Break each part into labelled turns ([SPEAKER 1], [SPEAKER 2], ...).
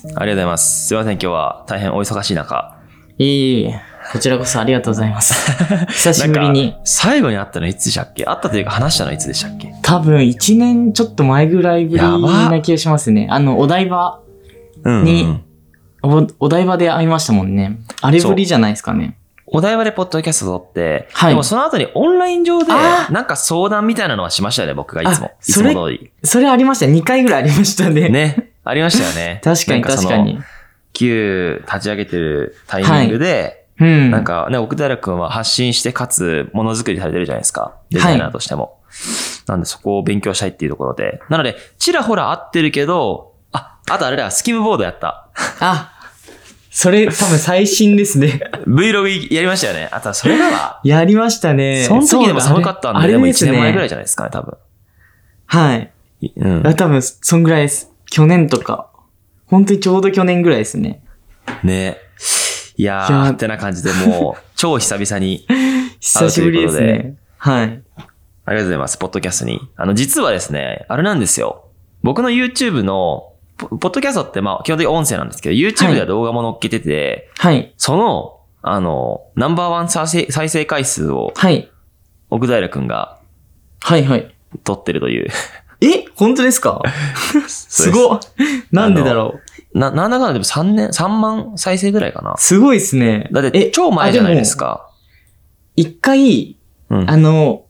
[SPEAKER 1] ありがとうございます。すいません、今日は大変お忙しい中。
[SPEAKER 2] いえいえ、こちらこそありがとうござい ます。久しぶりに
[SPEAKER 1] な。んか最後に会ったのいつでしたっけ会ったというか話したのいつでしたっけ
[SPEAKER 2] 多分1年ちょっと前ぐらいぶり
[SPEAKER 1] やば
[SPEAKER 2] な気がしますね。あの、お台場、
[SPEAKER 1] うん、う
[SPEAKER 2] に
[SPEAKER 1] ん。
[SPEAKER 2] おお台場で会いましたもんね。あれぶりじゃないですかね。
[SPEAKER 1] お台場でポッドキャスト撮って、
[SPEAKER 2] はい
[SPEAKER 1] でもその後にオンライン上で、
[SPEAKER 2] あー
[SPEAKER 1] なんか相談みたいなのはしましたよね、僕がいつも
[SPEAKER 2] あ。
[SPEAKER 1] い
[SPEAKER 2] そ
[SPEAKER 1] つ
[SPEAKER 2] れ
[SPEAKER 1] も通り。
[SPEAKER 2] それありました。2回ぐらいありましたね。。
[SPEAKER 1] ね。ありましたよね
[SPEAKER 2] 確かに
[SPEAKER 1] なん
[SPEAKER 2] 確
[SPEAKER 1] その
[SPEAKER 2] か。に。
[SPEAKER 1] 旧立ち上げてるタイミングで、
[SPEAKER 2] うん。
[SPEAKER 1] なんかね、奥平くんは発信して、かつ、ものづくりされてるじゃないですか。デザイナーとしても。なんで、そこを勉強したいっていうところで。なので、ちらほら合ってるけど、あ、あとあれだ、スキムボードやった。
[SPEAKER 2] あ、それ多分最新です ね。
[SPEAKER 1] Vlog やりましたよね。あとはそれだ わ。
[SPEAKER 2] やりましたね。
[SPEAKER 1] その時でも寒かったんで、でも1年前ぐらい
[SPEAKER 2] じ
[SPEAKER 1] じゃないですかね、多分。
[SPEAKER 2] ゃはい。
[SPEAKER 1] いうん。
[SPEAKER 2] あ多分、そんぐらいです。去年とか。本当にちょうど去年ぐらいですね。
[SPEAKER 1] ね。いや
[SPEAKER 2] いや
[SPEAKER 1] ー、
[SPEAKER 2] ー
[SPEAKER 1] ってな感じで、もう、超久々に、
[SPEAKER 2] 久しぶりです
[SPEAKER 1] 会うと
[SPEAKER 2] ね。はい。
[SPEAKER 1] ありがとうございます、ポッドキャストに。あの、実はですね、あれなんですよ。僕の YouTube の、ポポッドキャストって、まあ、基本的に音声なんですけど、YouTube では動画も載っけてて、
[SPEAKER 2] はい。
[SPEAKER 1] その、あの、ナンバーワン再生再生回数を、
[SPEAKER 2] はい。
[SPEAKER 1] 奥平くんが
[SPEAKER 2] はいはい。
[SPEAKER 1] 撮ってると いう。
[SPEAKER 2] え本当で すかすごっなんでだろう
[SPEAKER 1] な、なんだかんだでも3年、3万再生ぐらいかな。
[SPEAKER 2] すごいですね。
[SPEAKER 1] だって、超前じゃないです。か。
[SPEAKER 2] あでも一回、
[SPEAKER 1] うん。
[SPEAKER 2] あの、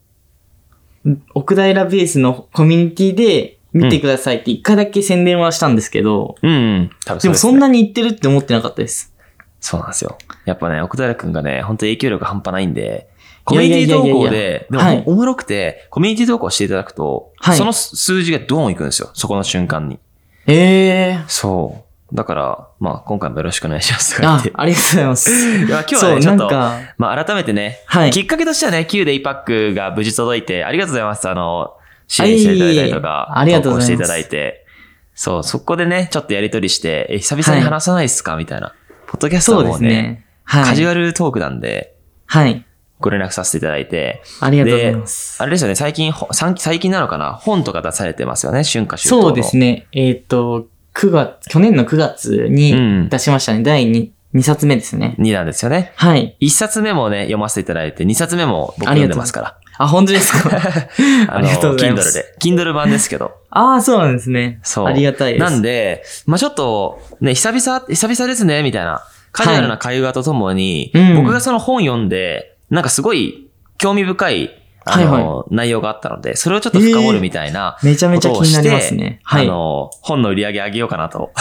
[SPEAKER 2] 奥平ベースのコミュニティで見てくださいって一回だけ宣伝はしたんですけど、
[SPEAKER 1] うん、うん。多分
[SPEAKER 2] でも
[SPEAKER 1] すね
[SPEAKER 2] そんなに言ってるって思ってなかったです。
[SPEAKER 1] そうなんですよ。やっぱね、奥平くんがね、本当影響力半端ないんで、コ
[SPEAKER 2] いや
[SPEAKER 1] ミュ
[SPEAKER 2] いや
[SPEAKER 1] ニ
[SPEAKER 2] い
[SPEAKER 1] テ
[SPEAKER 2] や
[SPEAKER 1] ィ
[SPEAKER 2] いや
[SPEAKER 1] 投稿で、でも、
[SPEAKER 2] はい
[SPEAKER 1] おもろくて、コミュニティ投稿していただくと、
[SPEAKER 2] はい
[SPEAKER 1] その数字がドーンいくんですよ。そこの瞬間に。
[SPEAKER 2] ええ
[SPEAKER 1] そう。だから、まあ、今回もよろしくお願いしますとか言
[SPEAKER 2] あ
[SPEAKER 1] って。、
[SPEAKER 2] ありがとうございます。
[SPEAKER 1] いや今日はね、ち
[SPEAKER 2] そ
[SPEAKER 1] ょ
[SPEAKER 2] う、
[SPEAKER 1] っ
[SPEAKER 2] なん
[SPEAKER 1] と、
[SPEAKER 2] か、
[SPEAKER 1] まあ、改めてね、
[SPEAKER 2] はい
[SPEAKER 1] き。っかけとしてはね、旧デイパックが無事届いて、ありがとうございます。あの、支援していただいたりとか、
[SPEAKER 2] あいえいえありがとうご
[SPEAKER 1] 投稿し
[SPEAKER 2] ざいます
[SPEAKER 1] ていただいて。そう、そこでね、ちょっとやりとりして、え、久々に話さないですか、みたいな。ポッドキャスト
[SPEAKER 2] そ
[SPEAKER 1] は
[SPEAKER 2] うで
[SPEAKER 1] もう
[SPEAKER 2] す
[SPEAKER 1] ね、
[SPEAKER 2] ね。はい。
[SPEAKER 1] カジュアルトークなんで、
[SPEAKER 2] はい。
[SPEAKER 1] ご連絡させていただいて、
[SPEAKER 2] ありがとうございます
[SPEAKER 1] あ。れですよね、最近、ほ最最近なのかな、本とか出されてますよね、春夏秋冬の。
[SPEAKER 2] そうですね。えっ、と、9月、去年の9月
[SPEAKER 1] う
[SPEAKER 2] に
[SPEAKER 1] ん。
[SPEAKER 2] 出しましたね。第 2, 2冊目ですね。
[SPEAKER 1] 2なんですよね。
[SPEAKER 2] はい。
[SPEAKER 1] 1冊目もね、読ませていただいて、2冊目も僕読んでますから。
[SPEAKER 2] あ、本当ですか
[SPEAKER 1] あ
[SPEAKER 2] ありがとうございま
[SPEAKER 1] Kindle
[SPEAKER 2] す。
[SPEAKER 1] で。Kindle 版ですけど。
[SPEAKER 2] ああ、そうなんですね。
[SPEAKER 1] そう
[SPEAKER 2] ありがたいです。
[SPEAKER 1] なんで、まあちょっと、ね、久々、久々ですね、みたいな、カジュアルな会話とともに、
[SPEAKER 2] うん
[SPEAKER 1] 僕がその本読んで、なんかすごい興味深い、あの、
[SPEAKER 2] はい
[SPEAKER 1] 内容があったので、それをちょっと深掘るみたいな、
[SPEAKER 2] めちゃめちゃ気になりますね。はい。
[SPEAKER 1] あの、本の売り上げ上げようかなと。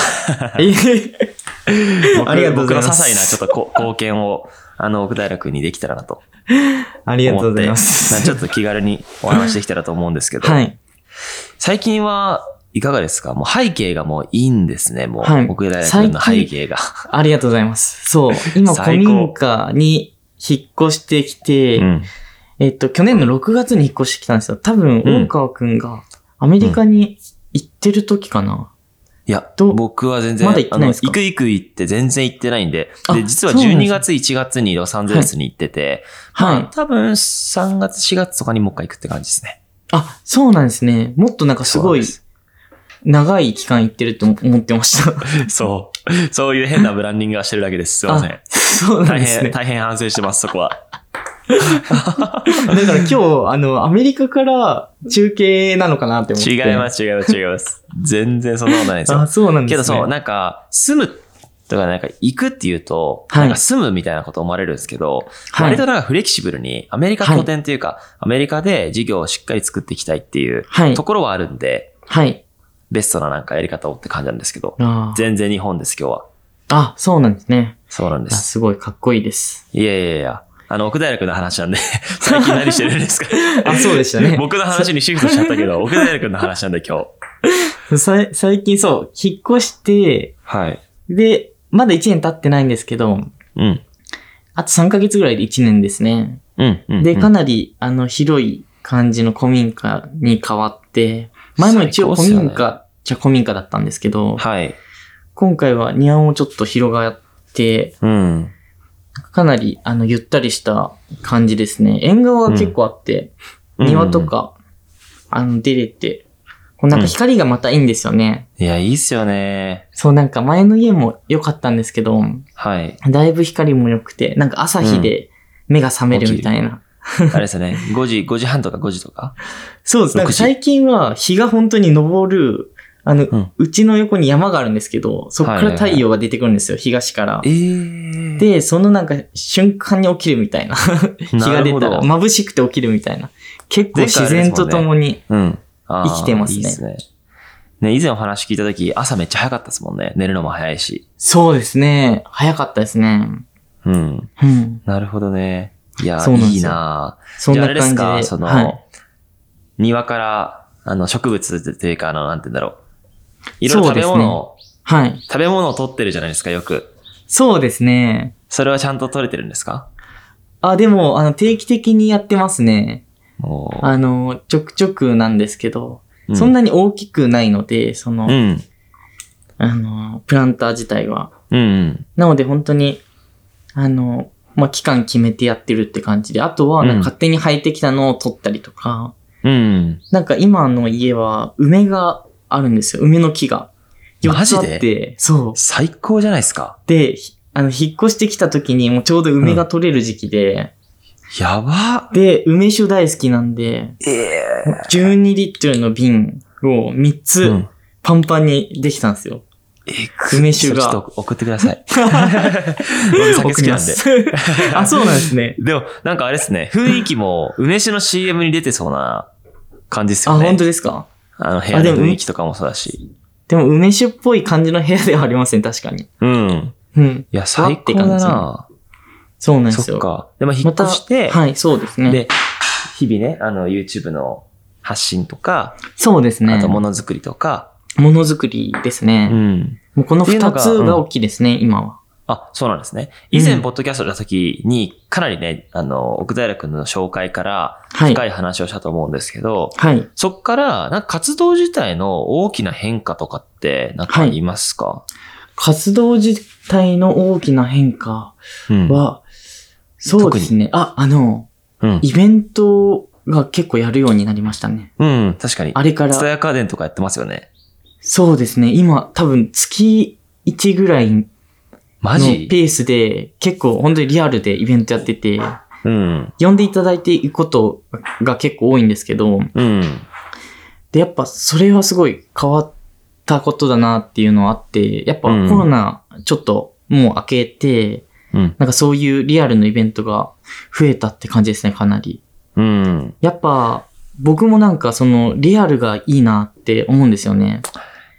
[SPEAKER 2] えー
[SPEAKER 1] 僕
[SPEAKER 2] ありがとうご
[SPEAKER 1] 僕
[SPEAKER 2] ざいま
[SPEAKER 1] の些
[SPEAKER 2] す
[SPEAKER 1] 細なちょっとこ 貢献を、あの、奥平君にできたらなと思って。
[SPEAKER 2] ありがとうございます。
[SPEAKER 1] なちょっと気軽にお話できたらと思うんですけど、
[SPEAKER 2] はい。
[SPEAKER 1] 最近はいかがですかもう背景がもういいんですね。もう、
[SPEAKER 2] はい
[SPEAKER 1] 奥平君の背景が。
[SPEAKER 2] ありがとうございます。そう。今、古
[SPEAKER 1] 最高
[SPEAKER 2] 民家に引っ越してきて、
[SPEAKER 1] うん。
[SPEAKER 2] えっと、去年の6月に引っ越してきたんですよ。多分、
[SPEAKER 1] うん
[SPEAKER 2] 大川くんがアメリカに行ってる時かな。
[SPEAKER 1] いや、
[SPEAKER 2] どう
[SPEAKER 1] 僕は全然、
[SPEAKER 2] まだ行ってないんですか
[SPEAKER 1] あの行く行く行って全然行ってないんで、で、
[SPEAKER 2] あ
[SPEAKER 1] 実は
[SPEAKER 2] そうなんで
[SPEAKER 1] 12
[SPEAKER 2] すね
[SPEAKER 1] 月、1月にロサンゼルスに行ってて、
[SPEAKER 2] は
[SPEAKER 1] まあ
[SPEAKER 2] い。
[SPEAKER 1] 多分3月、4月とかにもう一回行くって感じです ね。
[SPEAKER 2] あ、そうなんですね。もっとなんかすごい
[SPEAKER 1] そうなんです
[SPEAKER 2] 長い期間行ってると思ってました。
[SPEAKER 1] そう。そういう変なブランディングはしてるだけです。すいません。
[SPEAKER 2] そうなん
[SPEAKER 1] 大
[SPEAKER 2] です
[SPEAKER 1] 変、
[SPEAKER 2] ね。
[SPEAKER 1] 大変反省してます、そこは。
[SPEAKER 2] だから今日、あの、アメリカから中継なのかなって思って。。
[SPEAKER 1] 違いますす、違います、違います。全然そんなことないです
[SPEAKER 2] あ、
[SPEAKER 1] よ。
[SPEAKER 2] そうなんです
[SPEAKER 1] け
[SPEAKER 2] ね。
[SPEAKER 1] どそう、なんか、住むとか、なんか、行くっていうと、
[SPEAKER 2] はい
[SPEAKER 1] なんか住むみたいなこと思われるんですけど、
[SPEAKER 2] はい
[SPEAKER 1] 割となんかフレキシブルに、アメリカ拠点というか、アメリカで事業をしっかり作っていきたいっていう
[SPEAKER 2] はい
[SPEAKER 1] と。ころはあるんで、
[SPEAKER 2] はい。
[SPEAKER 1] ベストななんかやり方をって感じなんですけど、
[SPEAKER 2] あー
[SPEAKER 1] 全然日本です、今日は。
[SPEAKER 2] あ、そうなんですね。
[SPEAKER 1] そうなんで
[SPEAKER 2] あ
[SPEAKER 1] す。
[SPEAKER 2] すごいかっこいいです。
[SPEAKER 1] いやいやいや、あの、奥平君の話なんで、 最近何してるんですか
[SPEAKER 2] あ、そうでしたね。
[SPEAKER 1] 僕の話にシフトしちゃったけ ど、奥平君の話なんで今日。
[SPEAKER 2] さい最近そう、引っ越して、
[SPEAKER 1] はい。
[SPEAKER 2] で、まだ1年経ってないんですけど、
[SPEAKER 1] うん。
[SPEAKER 2] あと3ヶ月ぐらいで1年ですね。
[SPEAKER 1] うん。うん
[SPEAKER 2] で、か
[SPEAKER 1] うん
[SPEAKER 2] なり、あの、広い感じの古民家に変わって、前も一応
[SPEAKER 1] 最高っす
[SPEAKER 2] 古
[SPEAKER 1] よね
[SPEAKER 2] 民家、じゃ古民家だったんですけど、
[SPEAKER 1] はい。
[SPEAKER 2] 今回は庭もちょっと広がって、
[SPEAKER 1] うん。
[SPEAKER 2] かなり、あの、ゆったりした感じですね。縁側が結構あって、庭とか、あの、出れて、こうなんか光がまたいいんですよね。
[SPEAKER 1] いや、いいっすよね。
[SPEAKER 2] そう、なんか前の家も良かったんですけど、
[SPEAKER 1] はい。
[SPEAKER 2] だいぶ光も良くて、なんか朝日で目が覚めるみたいな。
[SPEAKER 1] あれですよね。5時、5時半とか5時とか。
[SPEAKER 2] そうです。なんか
[SPEAKER 1] 6時
[SPEAKER 2] 最近は日が本当に昇る、あの、う
[SPEAKER 1] うん
[SPEAKER 2] ちの横に山があるんですけど、そこから太陽が出てくるんですよ、東から
[SPEAKER 1] え。ー。
[SPEAKER 2] で、そのなんか瞬間に起きるみたいな。日が出
[SPEAKER 1] なるほ
[SPEAKER 2] たら
[SPEAKER 1] ど
[SPEAKER 2] 眩しくて起きるみたいな。結構自然とともに。
[SPEAKER 1] うん。あー
[SPEAKER 2] 生きてますね
[SPEAKER 1] いいっね。ね、以前お話聞いたとき、朝めっちゃ早かったですもんね。寝るのも早いし。
[SPEAKER 2] そうですね。早かったですね。
[SPEAKER 1] うん。
[SPEAKER 2] うん。
[SPEAKER 1] なるほどね。いや
[SPEAKER 2] そう
[SPEAKER 1] ー、
[SPEAKER 2] なんです
[SPEAKER 1] い
[SPEAKER 2] よ
[SPEAKER 1] いなー
[SPEAKER 2] そん
[SPEAKER 1] じゃあ
[SPEAKER 2] な
[SPEAKER 1] あれで
[SPEAKER 2] 感
[SPEAKER 1] す
[SPEAKER 2] じで。
[SPEAKER 1] か、その、
[SPEAKER 2] はい、
[SPEAKER 1] 庭から、あの、植物というか、あの、なんて言うんだろう。いろいろ
[SPEAKER 2] そう
[SPEAKER 1] 食べ
[SPEAKER 2] ですね
[SPEAKER 1] 物を、
[SPEAKER 2] はい。
[SPEAKER 1] 食べ物を取ってるじゃないですか、よく。
[SPEAKER 2] そうですね。
[SPEAKER 1] それはちゃんと取れてるんですか
[SPEAKER 2] あ、でも、あの、定期的にやってますね。
[SPEAKER 1] おー
[SPEAKER 2] あの、ちょくちょくなんですけど、
[SPEAKER 1] う
[SPEAKER 2] そんなに大きくないので、その、
[SPEAKER 1] うん。
[SPEAKER 2] あの、プランター自体は。
[SPEAKER 1] うんうん。
[SPEAKER 2] なので、本当に、あの、まあ、期間決めてやってるって感じで、あとは、なん
[SPEAKER 1] うん
[SPEAKER 2] か勝手に生えてきたのを取ったりとか、
[SPEAKER 1] うん。
[SPEAKER 2] なんか今の家は梅があるんですよ。梅の木が。
[SPEAKER 1] マジ
[SPEAKER 2] 4つ
[SPEAKER 1] で
[SPEAKER 2] あって、そう。
[SPEAKER 1] 最高じゃないですか。
[SPEAKER 2] で、ひあの、引っ越してきた時にもうちょうど梅が取れる時期で、
[SPEAKER 1] やば
[SPEAKER 2] で、梅酒大好きなんで、
[SPEAKER 1] ええ
[SPEAKER 2] 12リットルの瓶を3
[SPEAKER 1] う
[SPEAKER 2] つ
[SPEAKER 1] ん。
[SPEAKER 2] パンパンにできたんです よ。
[SPEAKER 1] え
[SPEAKER 2] 梅酒
[SPEAKER 1] ちょ
[SPEAKER 2] が。
[SPEAKER 1] っと送ってくださ い。僕酒好き なんで。
[SPEAKER 2] 送りますあ、そうなんですね。
[SPEAKER 1] でも、なんかあれですね、雰囲気も、梅酒の CM に出てそうな感じです
[SPEAKER 2] あ、
[SPEAKER 1] よね。
[SPEAKER 2] 本当ですか
[SPEAKER 1] あの、部屋
[SPEAKER 2] あで
[SPEAKER 1] の
[SPEAKER 2] も
[SPEAKER 1] 雰囲気とかもそうだし。
[SPEAKER 2] でも梅酒っぽい感じの部屋ではありません、確かに。
[SPEAKER 1] うん。
[SPEAKER 2] うん。
[SPEAKER 1] いや、最高だ
[SPEAKER 2] わって
[SPEAKER 1] な
[SPEAKER 2] そうなんです
[SPEAKER 1] そっ
[SPEAKER 2] よ。
[SPEAKER 1] か。でも、引
[SPEAKER 2] ま、
[SPEAKER 1] った越して、
[SPEAKER 2] はい、そうですね。
[SPEAKER 1] で、日々ね、あの、YouTube の発信とか、
[SPEAKER 2] そうですね。
[SPEAKER 1] あと、ものづくりとか、
[SPEAKER 2] ものづくりですね。
[SPEAKER 1] うん。
[SPEAKER 2] もうこの
[SPEAKER 1] っていう
[SPEAKER 2] 二
[SPEAKER 1] のが
[SPEAKER 2] つが大きいですね、今は。
[SPEAKER 1] あ、そうなんですね。以前、
[SPEAKER 2] うん
[SPEAKER 1] ポッドキャストだった時に、かなりね、あの、奥平君の紹介から、
[SPEAKER 2] はい。
[SPEAKER 1] 深い話をしたと思うんですけど、
[SPEAKER 2] はい。
[SPEAKER 1] そっから、なんか活動自体の大きな変化とかって、なんかありますか、
[SPEAKER 2] 活動自体の大きな変化
[SPEAKER 1] うん。
[SPEAKER 2] は、そうですね。あ、あの、
[SPEAKER 1] うん。
[SPEAKER 2] イベントが結構やるようになりましたね。
[SPEAKER 1] うん、確かに。
[SPEAKER 2] あれか
[SPEAKER 1] ツタ
[SPEAKER 2] ら、
[SPEAKER 1] ヤ家電とかやってますよね。
[SPEAKER 2] そうですね。今、多分月1ぐらいの
[SPEAKER 1] マジ
[SPEAKER 2] ペースで、結構本当にリアルでイベントやってて、
[SPEAKER 1] うん。
[SPEAKER 2] 呼んでいただいていくことが結構多いんですけど、
[SPEAKER 1] うん。
[SPEAKER 2] で、やっぱそれはすごい変わったことだなっていうのはあって、やっぱコ
[SPEAKER 1] うん
[SPEAKER 2] ロナちょっともう明けて、
[SPEAKER 1] うん。
[SPEAKER 2] なんかそういうリアルのイベントが増えたって感じですね、かなり。
[SPEAKER 1] うん。
[SPEAKER 2] やっぱ僕もなんかそのリアルがいいなって思うんですよね。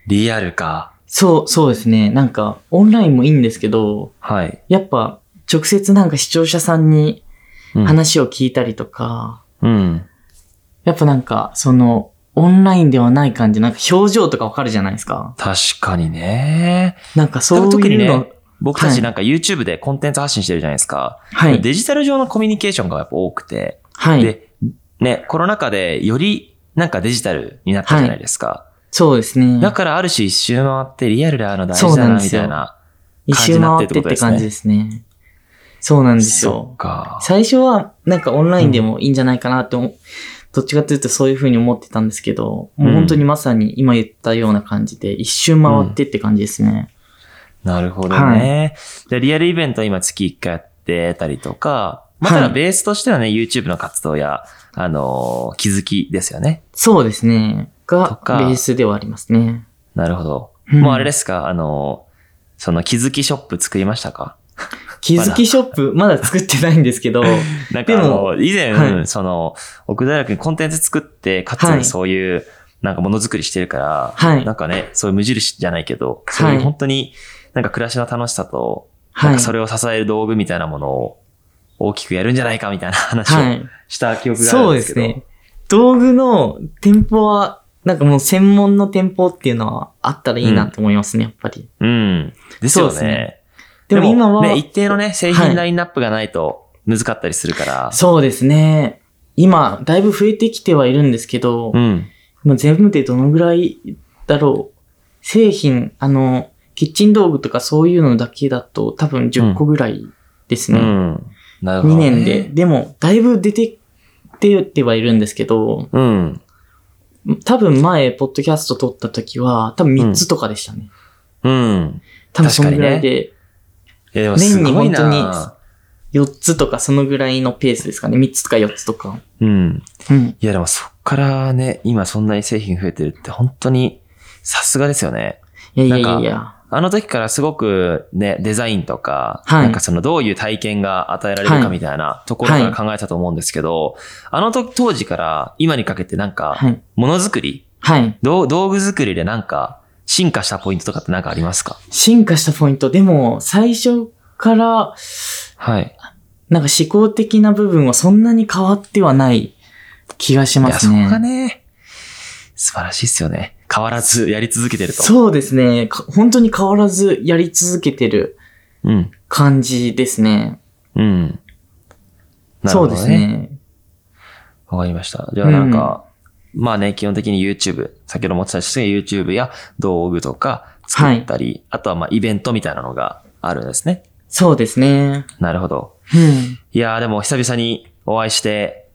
[SPEAKER 1] リアルか。
[SPEAKER 2] そう、そうですね。なんかオンラインもいいんですけど、
[SPEAKER 1] はい。
[SPEAKER 2] やっぱ直接なんか視聴者さんに
[SPEAKER 1] うん。
[SPEAKER 2] 話を聞いたりとか、
[SPEAKER 1] うん。
[SPEAKER 2] やっぱなんかそのオンラインではない感じ、なんか表情とかわかるじゃないですか。
[SPEAKER 1] 確かにね。
[SPEAKER 2] なんかそう
[SPEAKER 1] 特に
[SPEAKER 2] いうの、
[SPEAKER 1] ね僕た
[SPEAKER 2] は
[SPEAKER 1] ち
[SPEAKER 2] い
[SPEAKER 1] なんか YouTube でコンテンツ発信してるじゃないですか。
[SPEAKER 2] はい。
[SPEAKER 1] デジタル上のコミュニケーションがやっぱ多くて。
[SPEAKER 2] はい。
[SPEAKER 1] で、ね、コロナ禍でよりなんかデジタルになったじゃないですか。
[SPEAKER 2] そうですね。
[SPEAKER 1] だからある種一周回ってリアルであるの大
[SPEAKER 2] そ
[SPEAKER 1] 事
[SPEAKER 2] う
[SPEAKER 1] だ
[SPEAKER 2] なん
[SPEAKER 1] な
[SPEAKER 2] で
[SPEAKER 1] み
[SPEAKER 2] すよ
[SPEAKER 1] たいな。
[SPEAKER 2] 一周回ってって感じですね。そうなんです
[SPEAKER 1] そ
[SPEAKER 2] よ
[SPEAKER 1] っ。か。
[SPEAKER 2] 最初 は、なんかオンラインでもいいんじゃないかなって思う、どっちかというとそういう風に思ってたんですけど、もう本当にまさに今言ったような感じで、一周回ってって感じですね。
[SPEAKER 1] なるほどね。で、リアルイベント今月1回やってたりとか、まあ
[SPEAKER 2] はい
[SPEAKER 1] ただベースとしてはね、YouTube の活動や、あのー気づきですよね。
[SPEAKER 2] そうですね。
[SPEAKER 1] と
[SPEAKER 2] が、ベ
[SPEAKER 1] か
[SPEAKER 2] ースではありますね。
[SPEAKER 1] なるほど。
[SPEAKER 2] うん
[SPEAKER 1] もうあれですか、あのーその気づきショップ作りましたか
[SPEAKER 2] 気づきショップ、まだ作ってないんですけど、
[SPEAKER 1] なんかあの、以前、
[SPEAKER 2] はい
[SPEAKER 1] その、奥平君コンテンツ作って、かつそういう、なんかものづくりしてるから、
[SPEAKER 2] はい
[SPEAKER 1] なんかね、そういう無印じゃないけど、そういう
[SPEAKER 2] はい
[SPEAKER 1] 本当に、なんか暮らしの楽しさと、
[SPEAKER 2] は
[SPEAKER 1] ないんか。それを支える道具みたいなものを大きくやるんじゃないかみたいな話
[SPEAKER 2] は
[SPEAKER 1] を
[SPEAKER 2] い。
[SPEAKER 1] した記憶があ
[SPEAKER 2] そ
[SPEAKER 1] る
[SPEAKER 2] うんで
[SPEAKER 1] です
[SPEAKER 2] す
[SPEAKER 1] けど。
[SPEAKER 2] ね。道具の店舗は、なんかもう専門の店舗っていうのはあったらいいなと思いますね、やっぱり。
[SPEAKER 1] うん。ですよ
[SPEAKER 2] そうで
[SPEAKER 1] ね。
[SPEAKER 2] す
[SPEAKER 1] で
[SPEAKER 2] ねで
[SPEAKER 1] も
[SPEAKER 2] も今は、
[SPEAKER 1] ね、一定のね、製
[SPEAKER 2] は
[SPEAKER 1] 品
[SPEAKER 2] い
[SPEAKER 1] ラインナップがないと難かったりするから。
[SPEAKER 2] そうですね。今、だいぶ増えてきてはいるんですけど、
[SPEAKER 1] うん。
[SPEAKER 2] まあ全部でどのぐらいだろう。製品、あの、キッチン道具とかそういうのだけだと多分10個ぐらいです
[SPEAKER 1] う
[SPEAKER 2] ね。
[SPEAKER 1] ん。なるほど、
[SPEAKER 2] 2
[SPEAKER 1] ね。
[SPEAKER 2] 年で。。でも、だいぶ出て、出てはいるんですけど、
[SPEAKER 1] うん。
[SPEAKER 2] 多分前、ポッドキャスト撮った時は、多分3つとかでしたね。
[SPEAKER 1] うん。
[SPEAKER 2] 多分そのぐらいで、
[SPEAKER 1] いや、でもすごい
[SPEAKER 2] 年に本
[SPEAKER 1] な。
[SPEAKER 2] 4つとかそのぐらいのペースですかね。3つとか4つとか。
[SPEAKER 1] うん。
[SPEAKER 2] うん。
[SPEAKER 1] いや、でもそっからね、今そんなに製品増えてるって本当にさすがですよね。
[SPEAKER 2] いやいやいやいや。
[SPEAKER 1] あの時からすごくね、デザインとか、
[SPEAKER 2] はい
[SPEAKER 1] なんかそのどういう体験が与えられる
[SPEAKER 2] は
[SPEAKER 1] か
[SPEAKER 2] い
[SPEAKER 1] みたいなところから考えたと思うんですけど、あの時当時から今にかけてなんか、
[SPEAKER 2] はい。
[SPEAKER 1] ものづくり、
[SPEAKER 2] はい。
[SPEAKER 1] 道道具作りでなんか進化したポイントとかってなんかありますか
[SPEAKER 2] 進化したポイント。でも、最初から、
[SPEAKER 1] はい。
[SPEAKER 2] なんか思考的な部分はそんなに変わってはない気がし
[SPEAKER 1] い
[SPEAKER 2] ま
[SPEAKER 1] や、
[SPEAKER 2] す
[SPEAKER 1] そこ
[SPEAKER 2] ね。
[SPEAKER 1] がね、素晴らしいですよね。変わらずやり続けてると。
[SPEAKER 2] そうですね。か本当に変わらずやり続けてる
[SPEAKER 1] うん。
[SPEAKER 2] 感じですね。
[SPEAKER 1] うん。なる
[SPEAKER 2] そ
[SPEAKER 1] ほ
[SPEAKER 2] う
[SPEAKER 1] ど
[SPEAKER 2] です。ね。
[SPEAKER 1] わかりました。じゃあなんか、まあね、基本的に YouTube、先ほどもお伝えしたように YouTube や道具とか作ったり、あとはまあイベントみたいなのがあるんですね。
[SPEAKER 2] そうですね。
[SPEAKER 1] なるほど。
[SPEAKER 2] うん。
[SPEAKER 1] いやーでも久々にお会いして、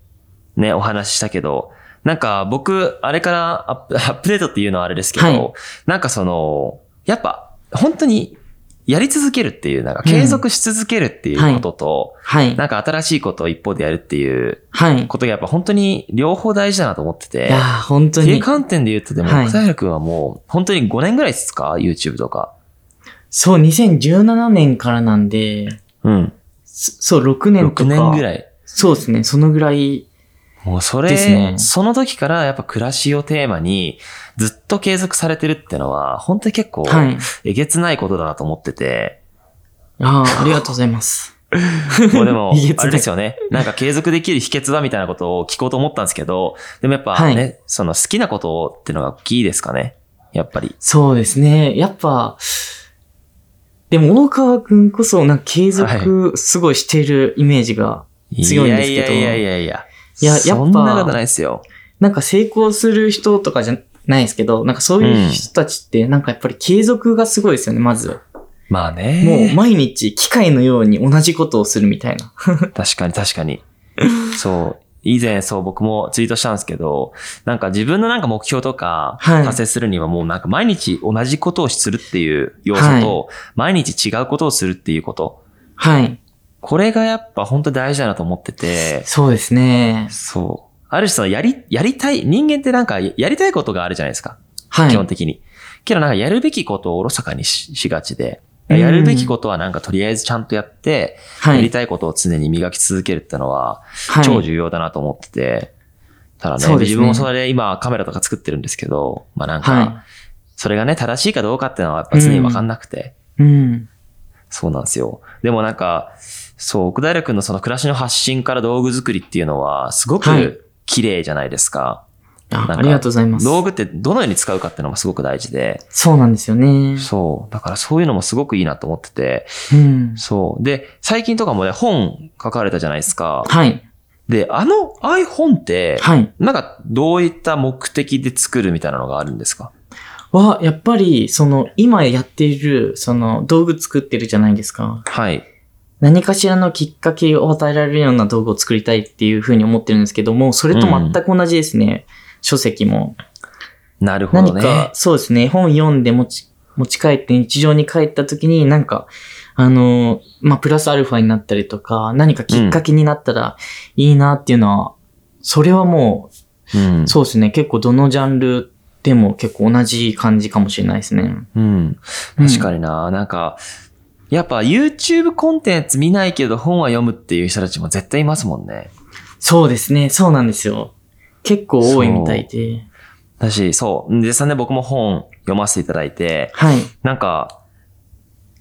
[SPEAKER 1] ね、お話ししたけど、なんか僕、あれからアップ アップデートっていうのはあれですけど、
[SPEAKER 2] はい
[SPEAKER 1] なんかその、やっぱ、本当に、やり続けるっていう、なんか継続し続けるっていうことと、
[SPEAKER 2] はい。
[SPEAKER 1] なんか新しいことを一方でやるっていう
[SPEAKER 2] はい。い
[SPEAKER 1] ことがやっぱ本当に両方大事だなと思ってて。
[SPEAKER 2] やー本当
[SPEAKER 1] っていう
[SPEAKER 2] に。
[SPEAKER 1] 観点で言うと、でも、
[SPEAKER 2] はい
[SPEAKER 1] 片平くんはもう、本当に5年ぐらいですか ?YouTube とか。
[SPEAKER 2] そう、2017年からなんで、
[SPEAKER 1] うん。
[SPEAKER 2] そそう、6年とか。
[SPEAKER 1] 6年ぐらい。
[SPEAKER 2] そうですね。そのぐらい。
[SPEAKER 1] もうそれ、
[SPEAKER 2] ですね
[SPEAKER 1] その時からやっぱ暮らしをテーマに、ずっと継続されてるってのは、本当に結構、
[SPEAKER 2] はい。
[SPEAKER 1] えげつないことだなと思って て、
[SPEAKER 2] あ あ、ありがとうございます。
[SPEAKER 1] もうでも
[SPEAKER 2] えげつ、な
[SPEAKER 1] あ
[SPEAKER 2] い
[SPEAKER 1] れですよね。なんか継続できる秘訣はみたいなことを聞こうと思ったんですけど、でもやっぱね、
[SPEAKER 2] は
[SPEAKER 1] その好きなことをってのが大きいですかね。やっぱり。
[SPEAKER 2] そうですね。やっぱ、でも大川くんこそ、なんか継続すごいしてるイメージが、強いんですけど
[SPEAKER 1] いやいやいやいや
[SPEAKER 2] いややっぱ
[SPEAKER 1] そんなことないですよ。
[SPEAKER 2] なんか成功する人とかじゃないですけど、なんかそういう人たちって、なんかやっぱり継続がすごいですよね、まず。
[SPEAKER 1] まあね。
[SPEAKER 2] もう毎日機械のように同じことをするみたいな。
[SPEAKER 1] 確かに確かに。 そう。以前そう僕もツイートしたんですけど、なんか自分のなんか目標とか
[SPEAKER 2] はい
[SPEAKER 1] 達成するにはもうなんか毎日同じことをするっていう要素と、毎日違うことをするっていうこと。
[SPEAKER 2] はい。
[SPEAKER 1] これがやっぱ本当大事だなと思ってて、
[SPEAKER 2] そうですね。
[SPEAKER 1] そう。ある種そのやり、やりたい、人間ってなんかやりたいことがあるじゃないですか。
[SPEAKER 2] は
[SPEAKER 1] 基本
[SPEAKER 2] い。
[SPEAKER 1] 的に。けどなんかやるべきことをおろそかにししがちで、
[SPEAKER 2] うん
[SPEAKER 1] やるべきことはなんかとりあえずちゃんとやって、
[SPEAKER 2] は
[SPEAKER 1] やり
[SPEAKER 2] い。
[SPEAKER 1] たいことを常に磨き続けるってのは、
[SPEAKER 2] はい
[SPEAKER 1] 超重要だなと思ってて、ただね
[SPEAKER 2] そうですね
[SPEAKER 1] 自分もそれで今カメラとか作ってるんですけど、まあなんか、
[SPEAKER 2] は
[SPEAKER 1] それがね、正しいかどうかっていうのはやっぱ常にわかんなくて、
[SPEAKER 2] い。うん。
[SPEAKER 1] そうなんですよ。でもなんか、そう、奥平くんのその暮らしの発信から道具作りっていうのは、すご
[SPEAKER 2] はい
[SPEAKER 1] く綺麗じゃないですか。
[SPEAKER 2] あ
[SPEAKER 1] んか
[SPEAKER 2] ありがとうございます。
[SPEAKER 1] 道具ってどのように使うかっていうのがすごく大事で、
[SPEAKER 2] そうなんですよね。
[SPEAKER 1] そう、だからそういうのもすごくいいなと思ってて、
[SPEAKER 2] うん。
[SPEAKER 1] そう。で、最近とかもね、本書かれたじゃないですか。
[SPEAKER 2] はい。
[SPEAKER 1] で、あの、ああいう本って、
[SPEAKER 2] はい。
[SPEAKER 1] なんか、どういった目的で作るみたいなのがあるんですか
[SPEAKER 2] は、やっぱり、その、今やっている、その、道具作ってるじゃないですか。
[SPEAKER 1] はい。
[SPEAKER 2] 何かしらのきっかけを与えられるような道具を作りたいっていうふうに思ってるんですけども、それと全く同じですね。書籍も。
[SPEAKER 1] なるほ
[SPEAKER 2] 何
[SPEAKER 1] ど
[SPEAKER 2] か
[SPEAKER 1] ね、。
[SPEAKER 2] そうですね、本読んで持ち、持ち帰って日常に帰った時になんか、あのー、まあ、プラスアルファになったりとか、何かきっかけになったらいいなっていうのは、それはも
[SPEAKER 1] うん
[SPEAKER 2] う、。そうですね、結構どのジャンルでも結構同じ感じかもしれないですね。
[SPEAKER 1] うん。確かにな。なんか、やっぱ YouTube コンテンツ見ないけど本は読むっていう人たちも絶対いますもんね。
[SPEAKER 2] そうですね、そうなんですよ。結構多いみたいで。
[SPEAKER 1] だし、そう。で、さね、僕も本読ませていただいて、
[SPEAKER 2] はい、
[SPEAKER 1] なんか、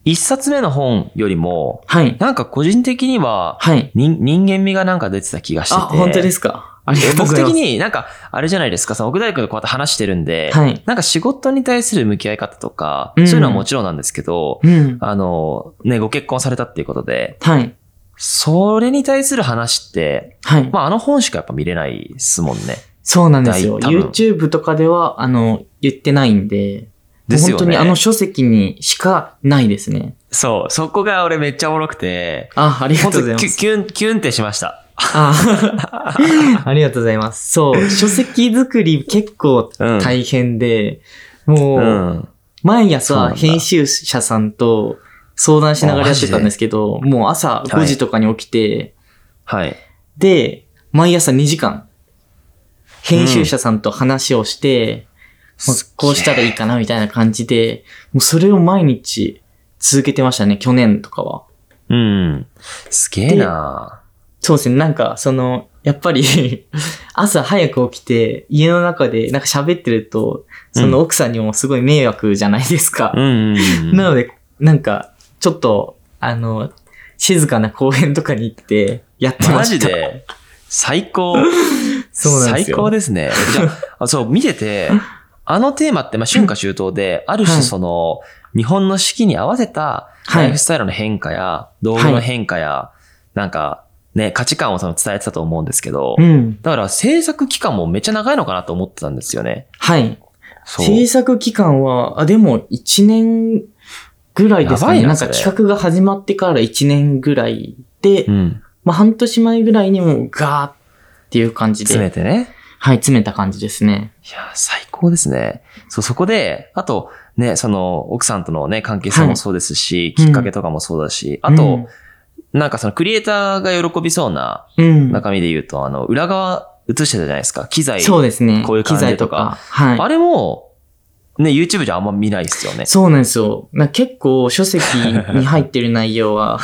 [SPEAKER 1] 一冊目の本よりも、
[SPEAKER 2] はい、
[SPEAKER 1] なんか個人的には、
[SPEAKER 2] はい。
[SPEAKER 1] 人人間味がなんか出てた気がして
[SPEAKER 2] あ、
[SPEAKER 1] て。
[SPEAKER 2] 本当ですか。ありがとうご
[SPEAKER 1] 僕
[SPEAKER 2] ざい
[SPEAKER 1] 的
[SPEAKER 2] ます。
[SPEAKER 1] になんか、あれじゃないですか、その奥大君とこうやって話してるんで、
[SPEAKER 2] はい
[SPEAKER 1] なんか仕事に対する向き合い方とか、
[SPEAKER 2] うん
[SPEAKER 1] そういうのはもちろんなんですけど、
[SPEAKER 2] うん。
[SPEAKER 1] あの、ね、ご結婚されたっていうことで、
[SPEAKER 2] はい、
[SPEAKER 1] それに対する話って、
[SPEAKER 2] はい。
[SPEAKER 1] まあ、あの本しかやっぱ見れないですもんね。
[SPEAKER 2] そうなんですよ。
[SPEAKER 1] 大多分
[SPEAKER 2] YouTube とかでは、あの、言ってないんで。
[SPEAKER 1] ですよね。
[SPEAKER 2] 本当にあの書籍にしかないですね。
[SPEAKER 1] そう、そこが俺めっちゃおもろくて、
[SPEAKER 2] あ、ありが
[SPEAKER 1] 本
[SPEAKER 2] と
[SPEAKER 1] 当
[SPEAKER 2] うござ
[SPEAKER 1] に
[SPEAKER 2] いま
[SPEAKER 1] キュ
[SPEAKER 2] す。
[SPEAKER 1] キュン、キュンってしました。
[SPEAKER 2] あ ー ありがとうございます。そう、書籍作り結構
[SPEAKER 1] うん。
[SPEAKER 2] 大変で、もう、
[SPEAKER 1] うん。
[SPEAKER 2] 毎
[SPEAKER 1] そうなん
[SPEAKER 2] 朝
[SPEAKER 1] だ
[SPEAKER 2] 編集者さんと相談しながらやってたんですけど、もう朝5時とかに起きて、
[SPEAKER 1] はい。
[SPEAKER 2] で、毎朝2時間、編集者さんと話をして、もうこうしたらいいかなみたいな感じで、もうそれを毎日続けてましたね、去年とかは。
[SPEAKER 1] うん。すげえな
[SPEAKER 2] そうですね、なんか、その、やっぱり、 朝早く起きて、家の中でなんか喋ってると、その奥さんにもすごい迷惑じゃないですか。
[SPEAKER 1] うんうん。
[SPEAKER 2] なので、なんか、ちょっと、あの、静かな公園とかに行って、やってま
[SPEAKER 1] マ
[SPEAKER 2] し
[SPEAKER 1] ジ
[SPEAKER 2] た。
[SPEAKER 1] で、最高。
[SPEAKER 2] そうなんですよ
[SPEAKER 1] 最高ですね。じゃあ、あそう、見て て、あのテーマって、まあ、春夏秋冬で、ある
[SPEAKER 2] は
[SPEAKER 1] 種
[SPEAKER 2] い
[SPEAKER 1] その、日本の四季に合わせた、
[SPEAKER 2] は
[SPEAKER 1] ラ
[SPEAKER 2] い
[SPEAKER 1] イフスタイルの変化や、道具の変化や、なんか、ね、価値観をその伝えてたと思うんですけど、
[SPEAKER 2] うん。
[SPEAKER 1] だから制作期間もめっちゃ長いのかなと思ってたんですよね。
[SPEAKER 2] はい。
[SPEAKER 1] そう。
[SPEAKER 2] 制作期間は、あ、でも1年ぐらいですか
[SPEAKER 1] やば
[SPEAKER 2] ね。
[SPEAKER 1] いな
[SPEAKER 2] なん
[SPEAKER 1] そ
[SPEAKER 2] か
[SPEAKER 1] れ
[SPEAKER 2] 企画が始まってから1年ぐらいで、
[SPEAKER 1] うん。
[SPEAKER 2] まあ半年前ぐらいにもうガーっていう感じで、
[SPEAKER 1] 詰めてね。
[SPEAKER 2] はい、詰めた感じですね。
[SPEAKER 1] いやー、最高ですね。そう、そこで、あと、ね、その、奥さんとのね、関係性もそうですし、
[SPEAKER 2] はい
[SPEAKER 1] きっかけとかもそうだし、あと、、なんかその、クリエイターが喜びそうな
[SPEAKER 2] うん。
[SPEAKER 1] 中身で言うと、あの、裏側映してたじゃないですか。機材。
[SPEAKER 2] そうですね。
[SPEAKER 1] こういう感じ
[SPEAKER 2] 機材
[SPEAKER 1] と
[SPEAKER 2] と
[SPEAKER 1] か
[SPEAKER 2] か。はい。
[SPEAKER 1] あれも、ね、YouTube じゃあんま見ないですよね。
[SPEAKER 2] そうなんですよ。なんか結構書籍に入ってる内容 は、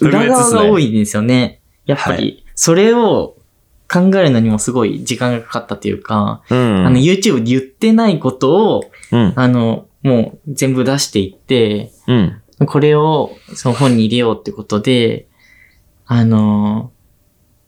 [SPEAKER 2] 裏側が多いんですよね。やっぱ
[SPEAKER 1] は
[SPEAKER 2] り、それを考えるのにもすごい時間がかかったというか、
[SPEAKER 1] うん。
[SPEAKER 2] あの YouTube で言ってないことを、
[SPEAKER 1] うん。
[SPEAKER 2] あの、もう全部出していって、
[SPEAKER 1] うん。
[SPEAKER 2] これをその本に入れようってことで、あの、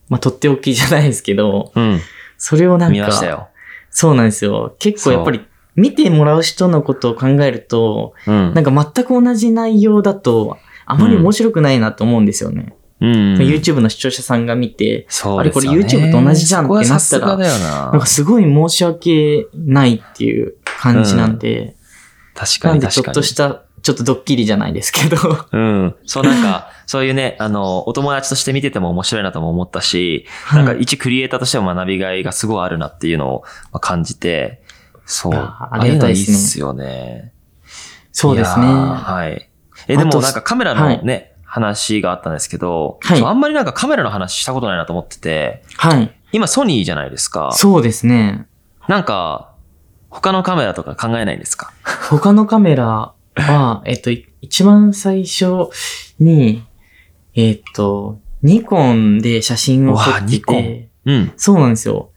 [SPEAKER 2] まあ、とっておきじゃないですけど、
[SPEAKER 1] うん。
[SPEAKER 2] それをなんか、
[SPEAKER 1] 見ましたよ。
[SPEAKER 2] そうなんですよ。結構やっぱり見てもらう人のことを考えると、
[SPEAKER 1] うん。
[SPEAKER 2] なんか全く同じ内容だと、あまり面白くないなと思うんですよね。
[SPEAKER 1] うん。
[SPEAKER 2] YouTube の視聴者さんが見て、
[SPEAKER 1] そうですよ
[SPEAKER 2] あ
[SPEAKER 1] ね。
[SPEAKER 2] れこれ YouTube と同じじゃんってなったら
[SPEAKER 1] そこはさすがだよな。
[SPEAKER 2] なんかすごい申し訳ないっていう感じなんで、
[SPEAKER 1] 確か
[SPEAKER 2] なん
[SPEAKER 1] に
[SPEAKER 2] でち
[SPEAKER 1] 確
[SPEAKER 2] ょ
[SPEAKER 1] かに。
[SPEAKER 2] っとした、ちょっとドッキリじゃないですけ ど。は
[SPEAKER 1] うん。そうなんか、そういうね、あの、お友達として見てても面白いなとも思ったし、なんか
[SPEAKER 2] い
[SPEAKER 1] 一クリエイターとしても学びがいがすごいあるなっていうのをまあ感じて、そう。
[SPEAKER 2] あーありがたいですね
[SPEAKER 1] ああうのいいっすよね。
[SPEAKER 2] そうです
[SPEAKER 1] い
[SPEAKER 2] ね。
[SPEAKER 1] やーはい。え、
[SPEAKER 2] あ
[SPEAKER 1] で
[SPEAKER 2] と
[SPEAKER 1] もなんかカメラのね、話があったんですけど、
[SPEAKER 2] はい
[SPEAKER 1] そうあんまりなんかカメラの話したことないなと思ってて、
[SPEAKER 2] はい。
[SPEAKER 1] 今ソニーじゃないですか。
[SPEAKER 2] そうですね。
[SPEAKER 1] なんか、他のカメラとか考えないんですか
[SPEAKER 2] 他のカメラは、 えっと、い一番最初に、えっと、ニコンで写真を撮
[SPEAKER 1] うわ
[SPEAKER 2] って
[SPEAKER 1] ニコン
[SPEAKER 2] て、
[SPEAKER 1] うん。
[SPEAKER 2] そうなんですよ。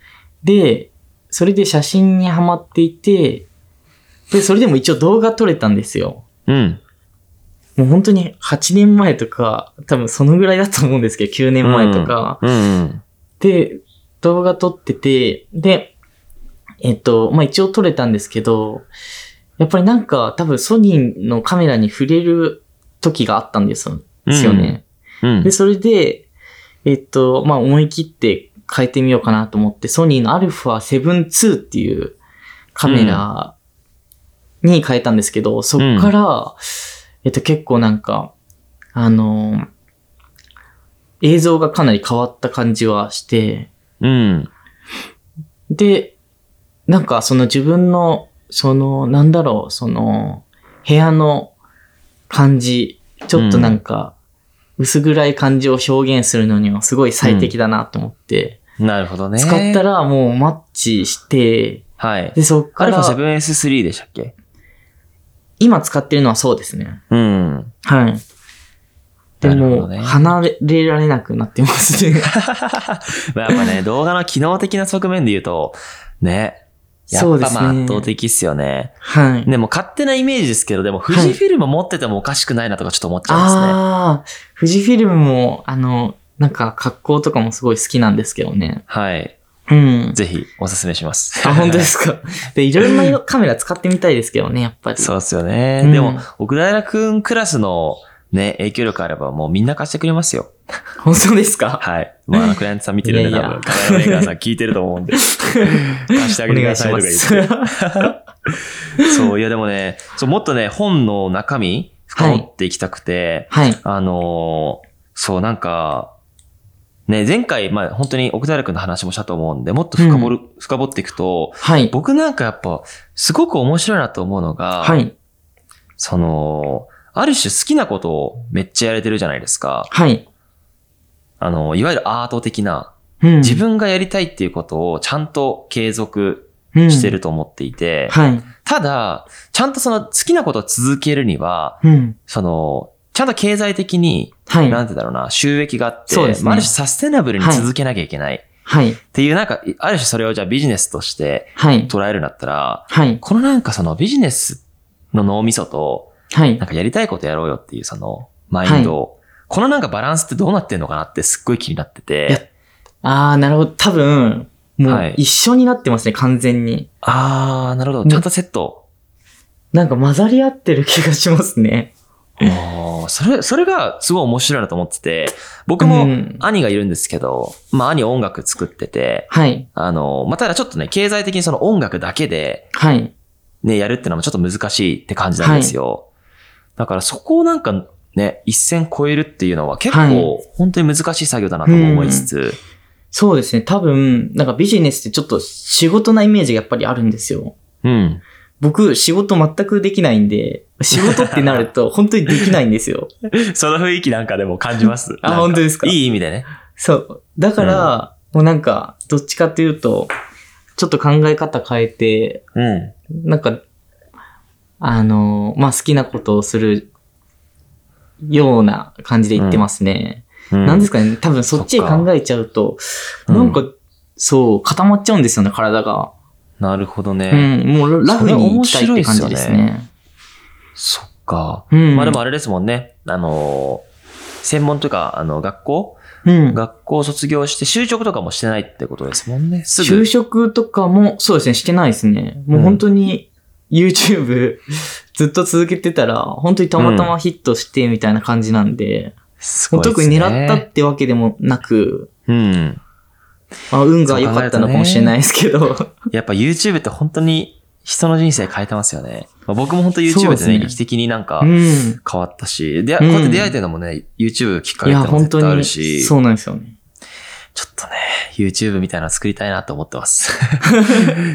[SPEAKER 2] で、それで写真にハマっていて、で、それでも一応動画撮れたんですよ。
[SPEAKER 1] うん。
[SPEAKER 2] もう本当に8年前とか、多分そのぐらいだと思うんですけど、9年前とか。
[SPEAKER 1] うんうん。
[SPEAKER 2] で、動画撮ってて、で、えっと、まあ、一応撮れたんですけど、やっぱりなんか多分ソニーのカメラに触れる時があったんですよですよね。
[SPEAKER 1] うん。
[SPEAKER 2] で、それで、えっと、まあ、思い切って変えてみようかなと思って、ソニーの α7-2 っていうカメラに変えたんですけど、そっから、えっと、結構なんか、あの、映像がかなり変わった感じはして、
[SPEAKER 1] うん。
[SPEAKER 2] で、なんかその自分の、その、なんだろう、その、部屋の感じ、ちょっとなんか、薄暗い感じを表現するのにはすごい最適だなと思って、
[SPEAKER 1] なるほどね。
[SPEAKER 2] 使ったらもうマッチして、
[SPEAKER 1] はい。
[SPEAKER 2] で、そっか
[SPEAKER 1] アルフ
[SPEAKER 2] ら、
[SPEAKER 1] ァ 7S3 でしたっけ
[SPEAKER 2] 今使ってるのはそうですね。
[SPEAKER 1] うん。
[SPEAKER 2] はい。で
[SPEAKER 1] なるほ
[SPEAKER 2] も、
[SPEAKER 1] どね
[SPEAKER 2] 離れられなくなってま すね。
[SPEAKER 1] ま あやっぱね、動画の機能的な側面で言うと、ね。や
[SPEAKER 2] そう
[SPEAKER 1] っ
[SPEAKER 2] で
[SPEAKER 1] ぱ
[SPEAKER 2] すね
[SPEAKER 1] まあ圧倒的っすよね。
[SPEAKER 2] はい。
[SPEAKER 1] でも勝手なイメージですけど、でも富
[SPEAKER 2] は
[SPEAKER 1] 士
[SPEAKER 2] い
[SPEAKER 1] フィルム持っててもおかしくないなとかちょっと思っちゃうんですね。
[SPEAKER 2] ああ、富士フィルムも、あの、なんか格好とかもすごい好きなんですけどね。
[SPEAKER 1] はい。
[SPEAKER 2] うん。
[SPEAKER 1] ぜひおすすめします。
[SPEAKER 2] あ、本当ですか。 で、いろんな色カメラ使ってみたいですけどね、やっぱ り。
[SPEAKER 1] そうっすよね。
[SPEAKER 2] うん
[SPEAKER 1] でも、奥平くんクラスのね、影響力あればもうみんな貸してくれますよ。
[SPEAKER 2] 本当ですか
[SPEAKER 1] はい。まあ、あの、クライアントさん見てるんで
[SPEAKER 2] いやい
[SPEAKER 1] 多
[SPEAKER 2] や
[SPEAKER 1] 分、カメラメーカーさん聞いてると思 うんで、貸してあ
[SPEAKER 2] お
[SPEAKER 1] げてく
[SPEAKER 2] 願
[SPEAKER 1] だ
[SPEAKER 2] い
[SPEAKER 1] さ
[SPEAKER 2] し
[SPEAKER 1] いと
[SPEAKER 2] ま
[SPEAKER 1] か言って
[SPEAKER 2] す。。
[SPEAKER 1] そう、いやでもね、そうもっとね、本の中身、深掘っていきたくて、
[SPEAKER 2] はい。
[SPEAKER 1] あのーそう、なんか、ね、前回、まあ本当に奥平君の話もしたと思うんで、もっと深掘る、深掘っていくと、
[SPEAKER 2] はい。
[SPEAKER 1] 僕なんかやっぱ、すごく面白いなと思うのが、
[SPEAKER 2] はい。
[SPEAKER 1] その、ある種好きなことをめっちゃやれてるじゃないですか。
[SPEAKER 2] はい。
[SPEAKER 1] あの、いわゆるアート的な、
[SPEAKER 2] うん
[SPEAKER 1] 自分がやりたいっていうことをちゃんと継続してると思っていて
[SPEAKER 2] うん、はい。
[SPEAKER 1] ただ、ちゃんとその好きなことを続けるには、
[SPEAKER 2] うん。
[SPEAKER 1] その、ちゃんと経済的に、
[SPEAKER 2] はい。
[SPEAKER 1] なんてだろうな、収益があって、
[SPEAKER 2] そうですね
[SPEAKER 1] まあある種サステナブルに続けなきゃいけない。
[SPEAKER 2] はい。
[SPEAKER 1] っていう、なんか、ある種それをじゃあビジネスとして
[SPEAKER 2] はい。
[SPEAKER 1] 捉えるんだったら、
[SPEAKER 2] はい。
[SPEAKER 1] このなんかそのビジネスの脳みそと、
[SPEAKER 2] はい
[SPEAKER 1] な。んかやりたいことやろうよっていうそのマインド、このなんかバランスってどうなってんのかなってすっごい気になって
[SPEAKER 2] いや
[SPEAKER 1] て、
[SPEAKER 2] あー、なるほど。多分、も
[SPEAKER 1] は
[SPEAKER 2] う
[SPEAKER 1] い
[SPEAKER 2] 一緒になってますね、完全に。
[SPEAKER 1] あー、なるほど、ちゃんとセット。
[SPEAKER 2] なんか混ざり合ってる気がしますね。
[SPEAKER 1] おーそれ、それがすごい面白いなと思ってて、僕も
[SPEAKER 2] うん
[SPEAKER 1] 兄がいるんですけど、まあ兄音楽作ってて、
[SPEAKER 2] はい。
[SPEAKER 1] あの、まあ、ただちょっとね、経済的にその音楽だけで、
[SPEAKER 2] はい。
[SPEAKER 1] ね、やるってのもちょっと難しいって感じなんですよ。だからそこをなんかね、一線超えるっていうのは結
[SPEAKER 2] はい
[SPEAKER 1] 構本当に難しい作業だなとも思いつつ、
[SPEAKER 2] そうですね。多分、なんかビジネスってちょっと仕事なイメージがやっぱりあるんですよ。
[SPEAKER 1] うん。
[SPEAKER 2] 僕、仕事全くできないんで、仕事ってなる と本当にできないんですよ。
[SPEAKER 1] その雰囲気なんかでも感じます。
[SPEAKER 2] あ
[SPEAKER 1] なん
[SPEAKER 2] 本当ですか
[SPEAKER 1] いい意味でね。
[SPEAKER 2] そう。だから、もうなんか、どっちかというと、ちょっと考え方変えて、
[SPEAKER 1] うん。
[SPEAKER 2] なんか、あの、まあ、好きなことをするような感じで言ってますね。なんですかね、多分そっちへ
[SPEAKER 1] そっか
[SPEAKER 2] 考えちゃうと、
[SPEAKER 1] うん
[SPEAKER 2] なんか、そう、固まっちゃうんですよね、体が。
[SPEAKER 1] なるほど
[SPEAKER 2] う
[SPEAKER 1] ね。
[SPEAKER 2] ん、もうラフに行きたいって感じです
[SPEAKER 1] それ面
[SPEAKER 2] ね。
[SPEAKER 1] そっか。
[SPEAKER 2] うん。
[SPEAKER 1] まあでもあれですもんね。あのー専門とか、あの、学校
[SPEAKER 2] うん。
[SPEAKER 1] 学校卒業して就職とかもしてないってことですもんね。すぐ
[SPEAKER 2] 就。職とかも、そうですね、してないですね。もう本当に、YouTube ずっと続けてたら、本当にたまたまヒットしてみたいな感じなんで、
[SPEAKER 1] す
[SPEAKER 2] も
[SPEAKER 1] ごい
[SPEAKER 2] う
[SPEAKER 1] です
[SPEAKER 2] 特
[SPEAKER 1] ね
[SPEAKER 2] に狙ったってわけでもなく、
[SPEAKER 1] うん。
[SPEAKER 2] まあ、運が良かったのかもしれないですけど。
[SPEAKER 1] やっぱ YouTube って本当に人の人生変えてますよね。まあ、僕も本当
[SPEAKER 2] そう
[SPEAKER 1] YouTube
[SPEAKER 2] で
[SPEAKER 1] ですね、
[SPEAKER 2] ね
[SPEAKER 1] 劇的になんか
[SPEAKER 2] うん。
[SPEAKER 1] 変わったし、で、
[SPEAKER 2] ん
[SPEAKER 1] こうやって出会えてるのもね、YouTube きっか
[SPEAKER 2] い
[SPEAKER 1] けっ
[SPEAKER 2] や、
[SPEAKER 1] てのも
[SPEAKER 2] 本
[SPEAKER 1] 絶対あ
[SPEAKER 2] 当に、
[SPEAKER 1] るし、ち
[SPEAKER 2] そ
[SPEAKER 1] ょっ
[SPEAKER 2] うなんですよね。
[SPEAKER 1] とね、YouTube みたいなの作りたいなと思って ます。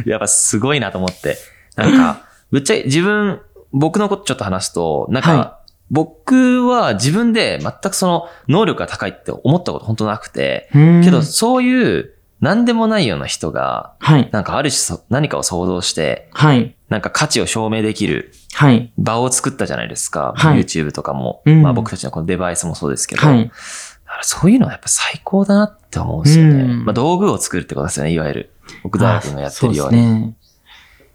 [SPEAKER 1] やっぱすごいなと思って。なんか、ぶっちゃけ自分、僕のことちょっと話すと、なんか、
[SPEAKER 2] は
[SPEAKER 1] 僕は自分で全くその能力が高いって思ったこと本当なくて、
[SPEAKER 2] うん
[SPEAKER 1] けどそういう何でもないような人が、
[SPEAKER 2] はい。
[SPEAKER 1] なんかある種そ何かを想像して、
[SPEAKER 2] はい。
[SPEAKER 1] なんか価値を証明できる
[SPEAKER 2] はい。
[SPEAKER 1] 場を作ったじゃないですか。
[SPEAKER 2] はい
[SPEAKER 1] YouTube とかも、
[SPEAKER 2] うん
[SPEAKER 1] まあ僕たちのこのデバイスもそうですけど、
[SPEAKER 2] はい。
[SPEAKER 1] だからそういうのはやっぱ最高だなって思うんですよね。
[SPEAKER 2] うん
[SPEAKER 1] まあ道具を作るってことですよね、いわゆる。奥平君がやってるよう
[SPEAKER 2] あ
[SPEAKER 1] に。
[SPEAKER 2] そうですね。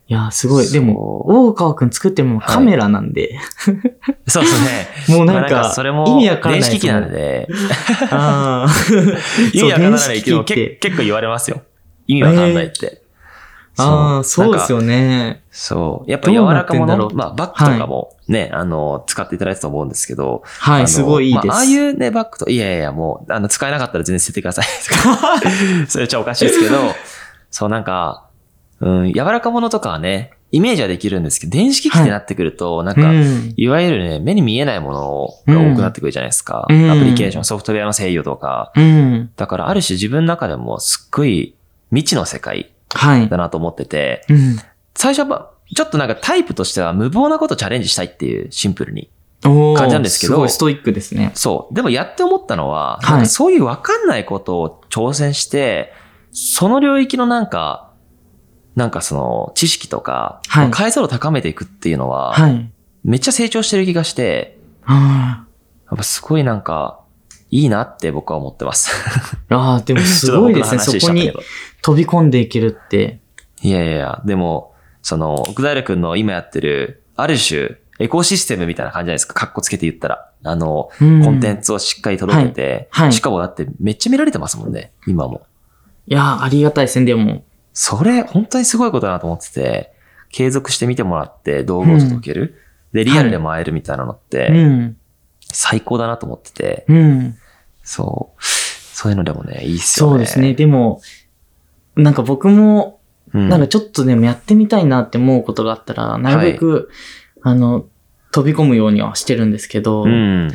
[SPEAKER 2] いや、すごい。
[SPEAKER 1] そう
[SPEAKER 2] でも、大川くん作ってるのはカメラなんで、
[SPEAKER 1] そうですね。
[SPEAKER 2] もう
[SPEAKER 1] まあ
[SPEAKER 2] なんか
[SPEAKER 1] それも、
[SPEAKER 2] 意味わからない
[SPEAKER 1] 電子機器なんで、
[SPEAKER 2] あー
[SPEAKER 1] 意味わからないけ
[SPEAKER 2] そ
[SPEAKER 1] ど、
[SPEAKER 2] う電子機器って
[SPEAKER 1] け結構言われますよ。意味わかんないって。
[SPEAKER 2] あー、そうです
[SPEAKER 1] よ。
[SPEAKER 2] よね。
[SPEAKER 1] そう。やっぱ柔
[SPEAKER 2] どうな
[SPEAKER 1] ら
[SPEAKER 2] って
[SPEAKER 1] か
[SPEAKER 2] んだろう
[SPEAKER 1] もの、まあバッグとかもね、あの、使っていただいたと思うんですけど、
[SPEAKER 2] は
[SPEAKER 1] あの
[SPEAKER 2] い、すごいいいです。
[SPEAKER 1] まあ、ああいうね、バッグと、いやいやいや、もう、あの、使えなかったら全然捨ててくだ さい。それちゃおかしいですけど、そうなんか、うん、柔らかものとかはね、イメージはできるんですけど、電子機器ってなってくると、なんか、
[SPEAKER 2] うん。
[SPEAKER 1] いわゆるね、目に見えないものが多くなってくるじゃないですか。
[SPEAKER 2] うん
[SPEAKER 1] アプリケーション、ソフトウェアの制御とか。
[SPEAKER 2] うん。
[SPEAKER 1] だから、ある種自分の中でもすっごい未知の世界
[SPEAKER 2] はい
[SPEAKER 1] だ。なと思ってて、
[SPEAKER 2] うん。
[SPEAKER 1] 最初はまあ、ちょっとなんかタイプとしては無謀なことチャレンジしたいっていう、シンプルに。
[SPEAKER 2] おー
[SPEAKER 1] 感じなんですけど
[SPEAKER 2] すごいストイックですね。
[SPEAKER 1] そう。でもやって思ったのは、
[SPEAKER 2] はい
[SPEAKER 1] なんかそういうわかんないことを挑戦して、その領域のなんか、なんかその知識とか、
[SPEAKER 2] はい
[SPEAKER 1] 解像度高めていくっていうのは、
[SPEAKER 2] はい。
[SPEAKER 1] めっちゃ成長してる気がして、
[SPEAKER 2] あ
[SPEAKER 1] やっぱすごいなんか、いいなって僕は思って ます。
[SPEAKER 2] ーあー、 でもすごいですね。そ
[SPEAKER 1] ちょっと僕の話しち
[SPEAKER 2] こ
[SPEAKER 1] ゃったけ
[SPEAKER 2] に
[SPEAKER 1] ど
[SPEAKER 2] 飛び込んでいけるって。
[SPEAKER 1] いやいやいや、でも、その、奥平くんの今やってる、ある種、エコシステムみたいな感じじゃないですか。カッコつけて言ったら。あの、
[SPEAKER 2] コ
[SPEAKER 1] コンテンツをしっかり届けて、
[SPEAKER 2] はいはい
[SPEAKER 1] しかもだってめっちゃ見られてますもんね、今も。
[SPEAKER 2] いやー、ありがたいですね、でも。
[SPEAKER 1] それ、本当にすごいことだなと思ってて、継続して見てもらって、動画を届ける。で、リアルでも会えるみたいなのって、
[SPEAKER 2] うん。
[SPEAKER 1] 最高だなと思ってて、
[SPEAKER 2] うん。
[SPEAKER 1] そう。そういうのでもね、いいっすよね。
[SPEAKER 2] そうですね。。でも、なんか僕も、
[SPEAKER 1] うん。
[SPEAKER 2] なんかちょっとでもやってみたいなって思うことがあったら、なるべく、あの、飛び込むようにはしてるんですけど、
[SPEAKER 1] うん。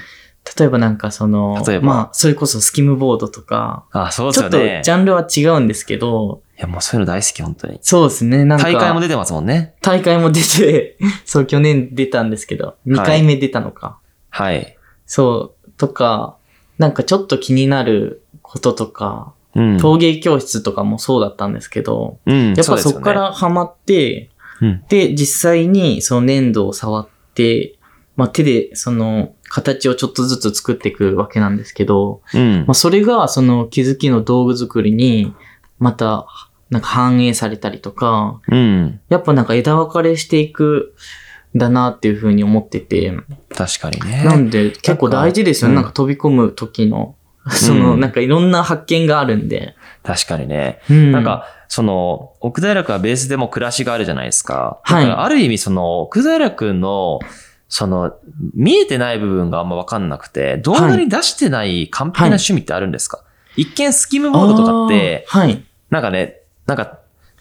[SPEAKER 2] 例えばなんかその
[SPEAKER 1] 例え、ば
[SPEAKER 2] まあ、それこそスキムボードとか、
[SPEAKER 1] あ、そうで
[SPEAKER 2] ち
[SPEAKER 1] す
[SPEAKER 2] ょ
[SPEAKER 1] よ
[SPEAKER 2] っとジ
[SPEAKER 1] ね。
[SPEAKER 2] ャンルは違うんですけど、
[SPEAKER 1] いや、もうそういうの大好き、本当に。
[SPEAKER 2] そうですね、なんか、
[SPEAKER 1] 大会も出てますもんね。
[SPEAKER 2] 大会も出て、 そう、去年出たんですけど、2回目出たのか。
[SPEAKER 1] はい。
[SPEAKER 2] そう、とか、なんかちょっと気になることとか、
[SPEAKER 1] うん。
[SPEAKER 2] 陶芸教室とかもそうだったんですけど、
[SPEAKER 1] うん、
[SPEAKER 2] やっぱ
[SPEAKER 1] うです
[SPEAKER 2] そ
[SPEAKER 1] よ
[SPEAKER 2] こ
[SPEAKER 1] ね
[SPEAKER 2] からハマって、
[SPEAKER 1] うん
[SPEAKER 2] で、実際にその粘土を触って、まあ、手でその形をちょっとずつ作っていくわけなんですけど、
[SPEAKER 1] うん
[SPEAKER 2] まあ、。それがその気づきの道具作りに、また、なんか反映されたりとか、
[SPEAKER 1] うん。
[SPEAKER 2] やっぱなんか枝分かれしていくんだなっていうふうに思ってて、
[SPEAKER 1] 確かにね。
[SPEAKER 2] なんで、結構大事ですよね。
[SPEAKER 1] な
[SPEAKER 2] なんん
[SPEAKER 1] か
[SPEAKER 2] か飛び込む時の、その、
[SPEAKER 1] うん
[SPEAKER 2] なんかいろんな発見があるんで。
[SPEAKER 1] 確かにね。
[SPEAKER 2] うん
[SPEAKER 1] なん、か、その、奥平君はベースでも暮らしがあるじゃないですか。
[SPEAKER 2] はい
[SPEAKER 1] だからある意味、その、奥平君の、その、見えてない部分があんまわかんなくて、動画に出してない完璧な趣味ってあるんですか、一見スキムボードとかって、
[SPEAKER 2] あー、はい。
[SPEAKER 1] なんかね、なんか、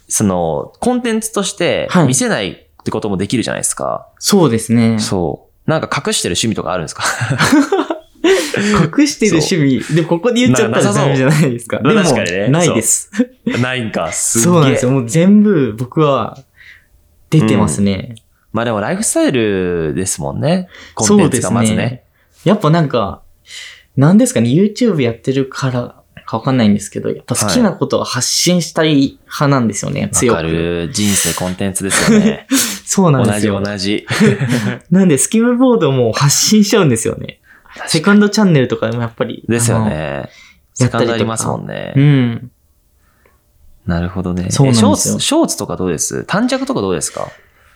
[SPEAKER 1] その、コンテンツとして
[SPEAKER 2] はい
[SPEAKER 1] 見せないってこともできるじゃないですか。
[SPEAKER 2] そうですね。
[SPEAKER 1] そう。なんか隠してる趣味とかあるんです か
[SPEAKER 2] 隠してる趣味。でも、ここで言っちゃった
[SPEAKER 1] な
[SPEAKER 2] ら
[SPEAKER 1] なさそう
[SPEAKER 2] ダメじゃないですか。で
[SPEAKER 1] まあ
[SPEAKER 2] も、
[SPEAKER 1] 確かにね
[SPEAKER 2] ないです。
[SPEAKER 1] ないんか、す
[SPEAKER 2] そうなんですよ。もう全部僕は出てますね。
[SPEAKER 1] まあでもライフスタイルですもんね。コンテンツがまずね。。
[SPEAKER 2] やっぱなんか、なんですかね、YouTube やってるからかわかんないんですけど、やっぱ好きなことを発信したい派なんですよね、強
[SPEAKER 1] わ
[SPEAKER 2] く。
[SPEAKER 1] かる。人生コンテンツですよね。
[SPEAKER 2] そう なん
[SPEAKER 1] 同
[SPEAKER 2] です
[SPEAKER 1] じ
[SPEAKER 2] よ。
[SPEAKER 1] 同じ。
[SPEAKER 2] なんで、スキムボードも発信しちゃうんですよね。セカンドチャンネルとかでもやっぱり。
[SPEAKER 1] ですよね。
[SPEAKER 2] や
[SPEAKER 1] セ
[SPEAKER 2] った
[SPEAKER 1] カ
[SPEAKER 2] り
[SPEAKER 1] ンド
[SPEAKER 2] とか
[SPEAKER 1] ありますもん
[SPEAKER 2] あの。
[SPEAKER 1] ね。
[SPEAKER 2] うん。
[SPEAKER 1] なるほどね。
[SPEAKER 2] そうなんですよ
[SPEAKER 1] えショーツ、ショーツとかどうです短着とかどうですか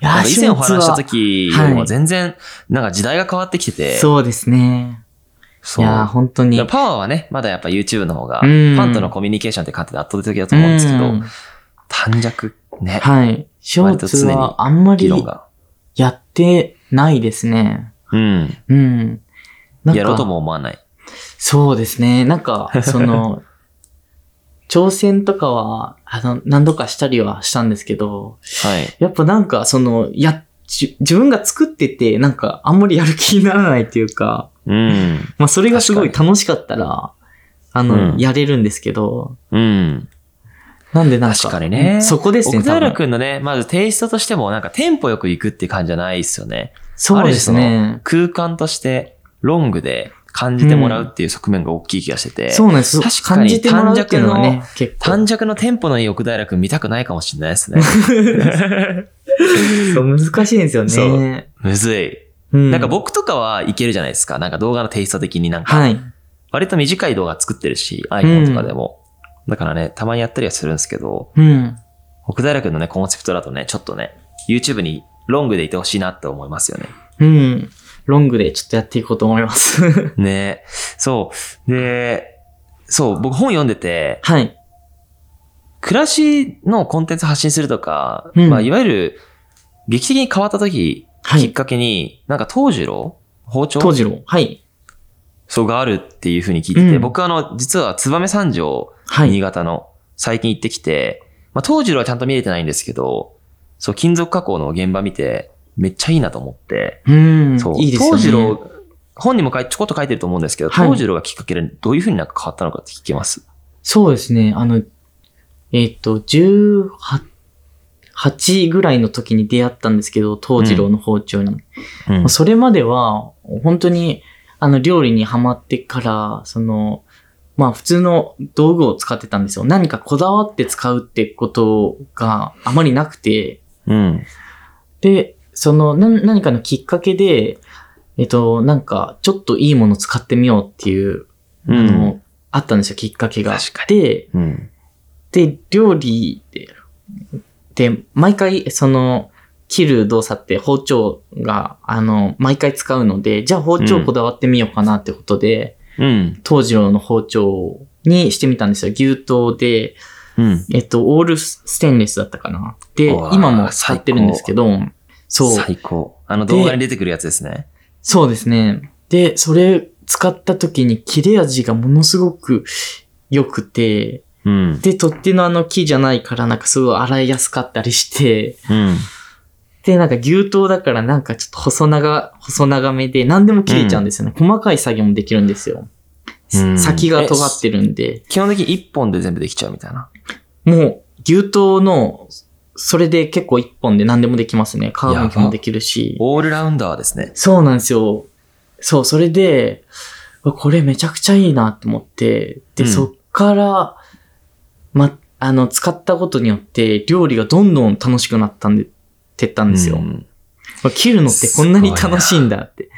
[SPEAKER 2] いやー
[SPEAKER 1] なんか以前お話しした
[SPEAKER 2] ショーツ
[SPEAKER 1] 時より
[SPEAKER 2] は
[SPEAKER 1] も
[SPEAKER 2] い
[SPEAKER 1] 全然、なんか時代が変わってきてて。
[SPEAKER 2] はそうですね。い
[SPEAKER 1] そう。
[SPEAKER 2] やー、本当に。
[SPEAKER 1] だからパワーはね、まだやっぱ YouTube の方が、フ
[SPEAKER 2] うん
[SPEAKER 1] ァンとのコミュニケーションって観点で圧倒的だと思うんですけ
[SPEAKER 2] う
[SPEAKER 1] ど
[SPEAKER 2] ん、
[SPEAKER 1] 短尺ね、
[SPEAKER 2] はい。ショーツ
[SPEAKER 1] 割と常に
[SPEAKER 2] はあんま
[SPEAKER 1] 議
[SPEAKER 2] り
[SPEAKER 1] 論が。
[SPEAKER 2] やってないですね。
[SPEAKER 1] うん。
[SPEAKER 2] うん。なんか
[SPEAKER 1] やろうとも思わない。
[SPEAKER 2] そうですね。なんか、その、 挑戦とかは、あの、何度かしたりはしたんですけど、
[SPEAKER 1] はい。
[SPEAKER 2] やっぱなんか、その、や、じ自分が作ってて、なんか、あんまりやる気にならないっていうか、
[SPEAKER 1] うん。
[SPEAKER 2] まあ、それがすごい楽しかったら、あの、
[SPEAKER 1] うん
[SPEAKER 2] やれるんですけど、
[SPEAKER 1] うん。
[SPEAKER 2] なんでなんか、
[SPEAKER 1] 確かにね
[SPEAKER 2] そこですね、
[SPEAKER 1] 奥
[SPEAKER 2] 多
[SPEAKER 1] 平
[SPEAKER 2] 分。
[SPEAKER 1] くんのね、まずテイストとしても、なんかテンポよく行くっていう感じじゃないですよね。
[SPEAKER 2] そうですね。
[SPEAKER 1] 空間として、ロングで感じてもらうっていう側面が大きい気がしてて。
[SPEAKER 2] そうなんです。
[SPEAKER 1] 確かに
[SPEAKER 2] 感じてもらうっていうのはね、結構。
[SPEAKER 1] 短尺のテンポのいい奥平くん見たくないかもしれない ですね。
[SPEAKER 2] そう難しいんですよ
[SPEAKER 1] そ
[SPEAKER 2] ね。
[SPEAKER 1] むずい。
[SPEAKER 2] うん
[SPEAKER 1] なんか、僕とかはいけるじゃないですか。なんか動画のテイスト的になんか、
[SPEAKER 2] はい。
[SPEAKER 1] 割と短い動画作ってるし、iPhone とかでも。だからね、たまにやったりはするんですけど、
[SPEAKER 2] うん。
[SPEAKER 1] 奥平くんのね、コンセプトだとね、ちょっとね、YouTube にロングでいてほしいなって思いますよね。
[SPEAKER 2] うん。ロングでちょっとやっていこうと思います。
[SPEAKER 1] ねそう。で、そう、僕本読んでて、
[SPEAKER 2] はい。
[SPEAKER 1] 暮らしのコンテンツ発信するとか、
[SPEAKER 2] うん
[SPEAKER 1] まあ、いわゆる、劇的に変わった時、
[SPEAKER 2] は
[SPEAKER 1] きっ
[SPEAKER 2] い。
[SPEAKER 1] かけに、なんか東次郎包丁
[SPEAKER 2] 当時の。はい。
[SPEAKER 1] そうがあるっていう風に聞いてて、
[SPEAKER 2] うん
[SPEAKER 1] 僕あの、実は燕三条、
[SPEAKER 2] はい
[SPEAKER 1] 新。潟の、最近行ってきて、まあ、東次郎はちゃんと見れてないんですけど、そう、金属加工の現場見て、めっちゃいいなと思って、
[SPEAKER 2] うん。
[SPEAKER 1] そう。
[SPEAKER 2] いいですよね。
[SPEAKER 1] 東次郎、本にも書いちょこっと書いてると思うんですけど、
[SPEAKER 2] はい
[SPEAKER 1] 東次郎がきっかけでどういうふうになんか変わったのかって聞けます。
[SPEAKER 2] そうですね。あの、えっ、と、18 8ぐらいの時に出会ったんですけど、東次郎の包丁に。
[SPEAKER 1] うん
[SPEAKER 2] まあそれまでは、本当に、あの、料理にハマってから、その、まあ普通の道具を使ってたんですよ。何かこだわって使うってことがあまりなくて、
[SPEAKER 1] うん。
[SPEAKER 2] で、その、な何かのきっかけで、えっと、なんか、ちょっといいもの使ってみようっていう、
[SPEAKER 1] う
[SPEAKER 2] あ
[SPEAKER 1] ん。
[SPEAKER 2] の、あったんですよ、きっかけが。
[SPEAKER 1] 確か
[SPEAKER 2] で、
[SPEAKER 1] うん。
[SPEAKER 2] で、料理で、で、毎回、その、切る動作って包丁が、あの、毎回使うので、じゃあ包丁こだわってみようかなってことで、
[SPEAKER 1] うん。
[SPEAKER 2] 東次郎の包丁にしてみたんですよ。牛刀で、
[SPEAKER 1] うん。
[SPEAKER 2] えっと、オールステンレスだったかな。で
[SPEAKER 1] うわ、ー
[SPEAKER 2] 今も使ってるんですけど、そう。
[SPEAKER 1] 最高。あの動画に出てくるやつですね。
[SPEAKER 2] そうですね。で、それ使った時に切れ味がものすごく良くて、
[SPEAKER 1] うん。
[SPEAKER 2] で、取っ手のあの木じゃないから、なんかすごい洗いやすかったりして、
[SPEAKER 1] うん。
[SPEAKER 2] で、なんか牛刀だからなんかちょっと細長、細長めで、何でも切れちゃうんですよね。細かい作業もできるんですよ。
[SPEAKER 1] うん
[SPEAKER 2] 先が尖ってるんで。
[SPEAKER 1] 基本的に一本で全部できちゃうみたいな。
[SPEAKER 2] もう、牛刀の、それで結構一本で何でもできますね。皮むきもできるし。
[SPEAKER 1] オールラウンダーですね。
[SPEAKER 2] そうなんですよ。そう、それで、うわこれめちゃくちゃいいなって思って、で、
[SPEAKER 1] うん
[SPEAKER 2] そっから、ま、あの、使ったことによって、料理がどんどん楽しくなったんで、ってったんですよ。
[SPEAKER 1] うん
[SPEAKER 2] まあ切るのってこんなに楽しいんだって。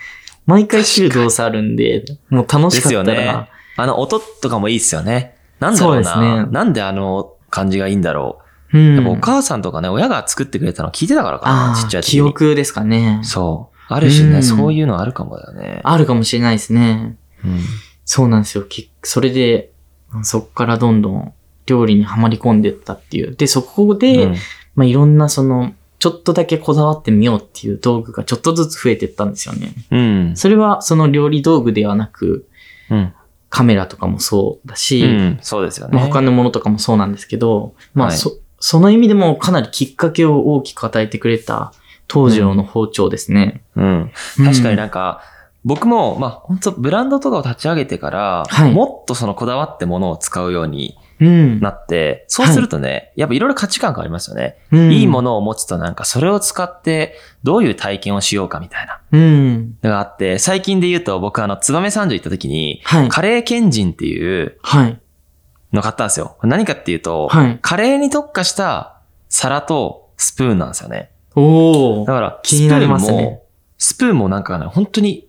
[SPEAKER 2] 毎回切る動作あるんで、もう楽し
[SPEAKER 1] で
[SPEAKER 2] かった
[SPEAKER 1] すよ
[SPEAKER 2] ら
[SPEAKER 1] ね、あの、音とかもいいっすよね。なんだろうな。
[SPEAKER 2] そうですね
[SPEAKER 1] なんであの感じがいいんだろ
[SPEAKER 2] う
[SPEAKER 1] う。
[SPEAKER 2] ん
[SPEAKER 1] やっぱお母さんとかね、親が作ってくれたの聞いてたからかな、
[SPEAKER 2] あ
[SPEAKER 1] ちっちゃ
[SPEAKER 2] あ、
[SPEAKER 1] い時に
[SPEAKER 2] 記憶ですかね。
[SPEAKER 1] そう。あるしね、
[SPEAKER 2] うん
[SPEAKER 1] そういうのあるかもだよね。
[SPEAKER 2] あるかもしれないですね。
[SPEAKER 1] うん
[SPEAKER 2] そうなんですよ。きそれで、そっからどんどん料理にはまり込んでったっていう。で、そこで、
[SPEAKER 1] うん
[SPEAKER 2] まあ、いろんなその、ちょっとだけこだわってみようっていう道具がちょっとずつ増えてったんですよね。
[SPEAKER 1] うん。
[SPEAKER 2] それはその料理道具ではなく、
[SPEAKER 1] うん。
[SPEAKER 2] カメラとかもそうだし、
[SPEAKER 1] うん。そうですよね。
[SPEAKER 2] まあ、他のものとかもそうなんですけど、まあ
[SPEAKER 1] はい
[SPEAKER 2] そ、その意味でもかなりきっかけを大きく与えてくれた東条の包丁ですね。
[SPEAKER 1] うん。確かに
[SPEAKER 2] うん
[SPEAKER 1] なんか、僕も、まあ、本当ブランドとかを立ち上げてから、
[SPEAKER 2] はい
[SPEAKER 1] もっとそのこだわってものを使うように
[SPEAKER 2] うん
[SPEAKER 1] なって、そうするとね、やっぱいろいろ価値観がありますよね。
[SPEAKER 2] うん
[SPEAKER 1] いいものを持つとなんか、それを使って、どういう体験をしようかみたいな
[SPEAKER 2] うん。
[SPEAKER 1] のがあって、最近で言うと僕あの、つばめ三条行った時に、
[SPEAKER 2] はい。
[SPEAKER 1] カレー賢人っていう
[SPEAKER 2] はい。
[SPEAKER 1] の買ったんですよ。何かっていうと、
[SPEAKER 2] はい。
[SPEAKER 1] カレーに特化した皿とスプーンなんですよね。だ
[SPEAKER 2] おー。
[SPEAKER 1] から、
[SPEAKER 2] 気になりますね
[SPEAKER 1] スプーンも、スプーンもなんかね、本当に、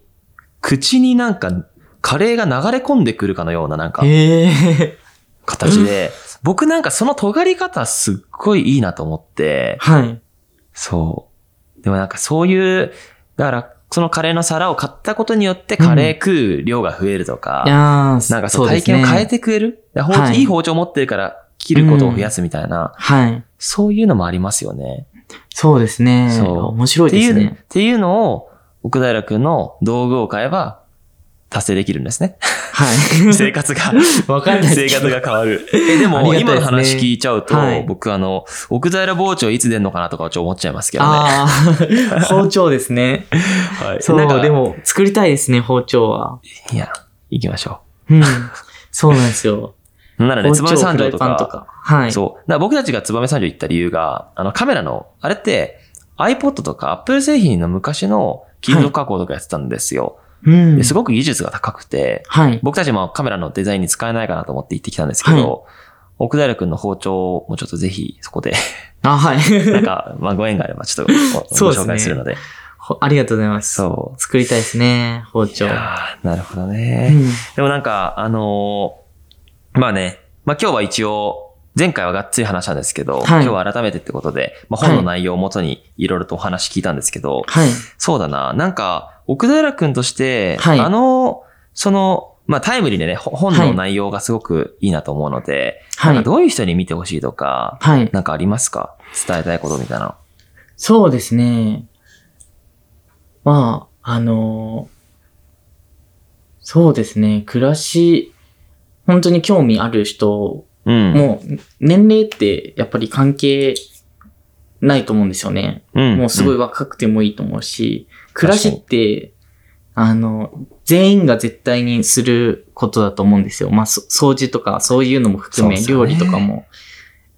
[SPEAKER 1] 口になんか、カレーが流れ込んでくるかのようななんか、
[SPEAKER 2] へえ。
[SPEAKER 1] 形で、僕なんかその尖り方すっごいいいなと思って、
[SPEAKER 2] はい。
[SPEAKER 1] そう。でもなんかそういう、だから、そのカレーの皿を買ったことによってカレー食う量が増えるとか、
[SPEAKER 2] いや
[SPEAKER 1] なんかそう体験を変え。てくれる、だから包丁
[SPEAKER 2] はい
[SPEAKER 1] いい包丁持ってるから切ることを増やすみたいな、
[SPEAKER 2] はい。
[SPEAKER 1] そういうのもありますよね。
[SPEAKER 2] そうですね。
[SPEAKER 1] そう
[SPEAKER 2] 面白
[SPEAKER 1] っ
[SPEAKER 2] い
[SPEAKER 1] て
[SPEAKER 2] で
[SPEAKER 1] いう
[SPEAKER 2] す
[SPEAKER 1] の、
[SPEAKER 2] ね
[SPEAKER 1] っ。ていうのを、奥平くんの道具を買えば、達成できるんです ね。
[SPEAKER 2] はい。
[SPEAKER 1] 生活が、
[SPEAKER 2] わかんない
[SPEAKER 1] 生
[SPEAKER 2] ですけ
[SPEAKER 1] 活
[SPEAKER 2] ど
[SPEAKER 1] が変わる。え、で
[SPEAKER 2] ありが
[SPEAKER 1] も、
[SPEAKER 2] たいですね
[SPEAKER 1] 今の話聞いちゃうと、
[SPEAKER 2] はい
[SPEAKER 1] 僕あの、奥平包丁いつ出んのかなとかちょっと思っちゃいますけどね。
[SPEAKER 2] あ あ、包丁ですね。
[SPEAKER 1] はい。
[SPEAKER 2] そ
[SPEAKER 1] なんか
[SPEAKER 2] う、で。も、作りたいですね、包丁は。
[SPEAKER 1] いや、行きましょ
[SPEAKER 2] うん。そうなんですよ。
[SPEAKER 1] う。なので、つばめ三条と
[SPEAKER 2] 包丁フライパン
[SPEAKER 1] か、
[SPEAKER 2] とか。はい。
[SPEAKER 1] そう。だから僕たちがつばめ三条行った理由が、あの、カメラの、あれって、iPod とか Apple 製品の昔の金属加工とかやってたんですよ。
[SPEAKER 2] うん。
[SPEAKER 1] ですごく技術が高くて、
[SPEAKER 2] はい。
[SPEAKER 1] 僕たちもカメラのデザインに使えないかなと思って行ってきたんですけど、奥平くんの包丁もちょっとぜひそこ で、
[SPEAKER 2] あ、はい。
[SPEAKER 1] なんか、まあご縁があればちょっとご
[SPEAKER 2] そ
[SPEAKER 1] ご
[SPEAKER 2] うですね
[SPEAKER 1] 紹介するので。
[SPEAKER 2] ほありがとうございます。
[SPEAKER 1] そう。
[SPEAKER 2] 作りたいですね、包丁。
[SPEAKER 1] い
[SPEAKER 2] うん
[SPEAKER 1] やーなるほどね。でもなんか、あのーまあね、まあ今日は一応、前回はがっつり話したんですけど、
[SPEAKER 2] は
[SPEAKER 1] 今
[SPEAKER 2] い
[SPEAKER 1] 日は改めてってことで、まあ本の内容をもとにいろいろとお話聞いたんですけど、
[SPEAKER 2] はい。
[SPEAKER 1] そうだな。なんか、奥平くんとして、
[SPEAKER 2] はい
[SPEAKER 1] あの、その、まあタイムリーでね、ほ本
[SPEAKER 2] は
[SPEAKER 1] の
[SPEAKER 2] い
[SPEAKER 1] 内容がすごくいいなと思うので、
[SPEAKER 2] は
[SPEAKER 1] なんか。
[SPEAKER 2] い
[SPEAKER 1] どういう人に見てほしいとか、
[SPEAKER 2] はい。
[SPEAKER 1] なんかありますか伝えたいことみたいな。
[SPEAKER 2] そうですね。まあ、あのそうですね、暮らし、本当に興味ある人、
[SPEAKER 1] うん。
[SPEAKER 2] もう年齢ってやっぱり関係ないと思うんですよね。
[SPEAKER 1] うん、
[SPEAKER 2] もうすごい
[SPEAKER 1] ん
[SPEAKER 2] 若くてもいいと思うし、暮らしって、あの、全員が絶対にすることだと思うんですよ。まあ、そ掃除とかそういうのも含め、
[SPEAKER 1] そうですよ
[SPEAKER 2] 料
[SPEAKER 1] ね
[SPEAKER 2] 理とかも。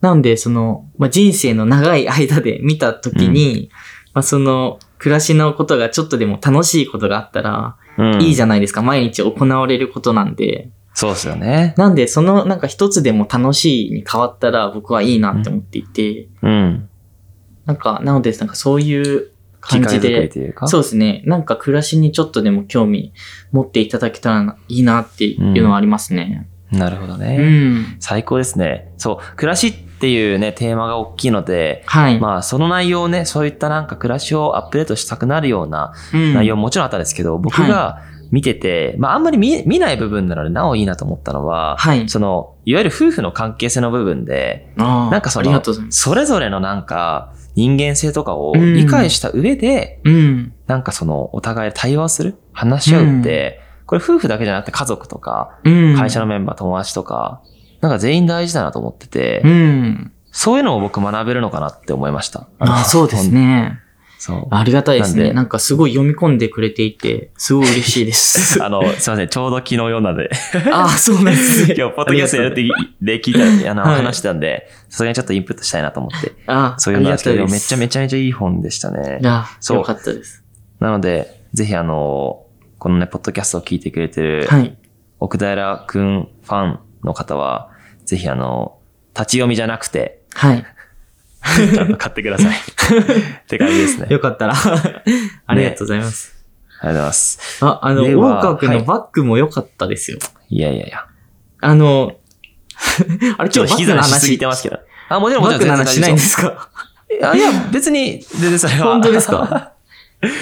[SPEAKER 2] なんで、その、まあ、人生の長い間で見たときに、まあ、その、暮らしのことがちょっとでも楽しいことがあったら、
[SPEAKER 1] うん
[SPEAKER 2] いいじゃないですか。毎日行われることなんで。
[SPEAKER 1] そうですよね。
[SPEAKER 2] なんで、その、なんか一つでも楽しいに変わったら、僕はいいなって思っていて、
[SPEAKER 1] うん。
[SPEAKER 2] なんか、なので、なんかそうい
[SPEAKER 1] 機
[SPEAKER 2] う感
[SPEAKER 1] 械
[SPEAKER 2] じ
[SPEAKER 1] 作り
[SPEAKER 2] で、
[SPEAKER 1] というか。
[SPEAKER 2] そう
[SPEAKER 1] う。
[SPEAKER 2] ですね。なんか暮らしにちょっとでも興味持っていただけたらいいなっていうのはありますね。
[SPEAKER 1] なるほどね。
[SPEAKER 2] うん。
[SPEAKER 1] 最高ですね。そう。暮らしっていうね、テーマが大きいので、
[SPEAKER 2] はい。
[SPEAKER 1] まあ、その内容をね、そういったなんか暮らしをアップデートしたくなるような
[SPEAKER 2] うん
[SPEAKER 1] 内容ももちろんあったんですけど、僕が見てて、まあ、あんまり見見ない部分なので、なおいいなと思ったのは、
[SPEAKER 2] はい
[SPEAKER 1] その、いわゆる夫婦の関係性の部分で、
[SPEAKER 2] あー
[SPEAKER 1] なんかそ
[SPEAKER 2] あ
[SPEAKER 1] の
[SPEAKER 2] りがとうございます。
[SPEAKER 1] それぞれのなんか、人間性とかを
[SPEAKER 2] うん
[SPEAKER 1] 理解した上で、
[SPEAKER 2] うん。
[SPEAKER 1] なんかその、お互い対話する、話し合うって、これ夫婦だけじゃなくて家族とか、
[SPEAKER 2] うん。
[SPEAKER 1] 会社のメンバー、友達とか、なんか全員大事だなと思ってて
[SPEAKER 2] う、ん。
[SPEAKER 1] そういうのを僕学べるのかなって思いました。
[SPEAKER 2] あーそうですね。
[SPEAKER 1] そう。
[SPEAKER 2] ありがたいです
[SPEAKER 1] なん
[SPEAKER 2] ね。
[SPEAKER 1] で
[SPEAKER 2] なんかすごい読み込んでくれていて、すごい嬉しいで す。
[SPEAKER 1] あの、すいません、ちょうど昨日読んだんで、
[SPEAKER 2] ああ、そうなんですね。
[SPEAKER 1] 今日、ポッドキャストやるってで聞いた、あの、
[SPEAKER 2] はい
[SPEAKER 1] 話してたんで、さすがにちょっとインプットしたいなと思って、
[SPEAKER 2] ああ、
[SPEAKER 1] そういうのなんですけ
[SPEAKER 2] あ
[SPEAKER 1] ど、
[SPEAKER 2] りがた
[SPEAKER 1] め
[SPEAKER 2] いで
[SPEAKER 1] っ
[SPEAKER 2] す
[SPEAKER 1] ちゃめちゃめちゃいい本でしたね
[SPEAKER 2] い。や、
[SPEAKER 1] そう
[SPEAKER 2] よかったです。
[SPEAKER 1] なので、ぜひあの、このね、ポッドキャストを聞いてくれてる、
[SPEAKER 2] はい。
[SPEAKER 1] 奥平くんファンの方は、ぜひあの、立ち読みじゃなく て、
[SPEAKER 2] はい。
[SPEAKER 1] ちゃんと買ってくだ さい。って感じですね。ありがとう
[SPEAKER 2] よかったら。 ありがとうございます。
[SPEAKER 1] ございます。
[SPEAKER 2] あ、あの、
[SPEAKER 1] で
[SPEAKER 2] 大
[SPEAKER 1] は
[SPEAKER 2] 川くん
[SPEAKER 1] は
[SPEAKER 2] の
[SPEAKER 1] い
[SPEAKER 2] バッグも良かったですよ。
[SPEAKER 1] いやいやいや。
[SPEAKER 2] あの、 あれ
[SPEAKER 1] ちょ
[SPEAKER 2] 今
[SPEAKER 1] っ
[SPEAKER 2] 日
[SPEAKER 1] と引き
[SPEAKER 2] バッグの
[SPEAKER 1] 算し
[SPEAKER 2] 話
[SPEAKER 1] すぎてますけど。あ、もちろんも
[SPEAKER 2] バ
[SPEAKER 1] ち
[SPEAKER 2] ッ
[SPEAKER 1] ろん
[SPEAKER 2] グの
[SPEAKER 1] 全然
[SPEAKER 2] 話しない
[SPEAKER 1] 大丈
[SPEAKER 2] ん
[SPEAKER 1] 夫で
[SPEAKER 2] で
[SPEAKER 1] す
[SPEAKER 2] か
[SPEAKER 1] すよ。いや、いや、別に、全然それは。
[SPEAKER 2] 本当ですか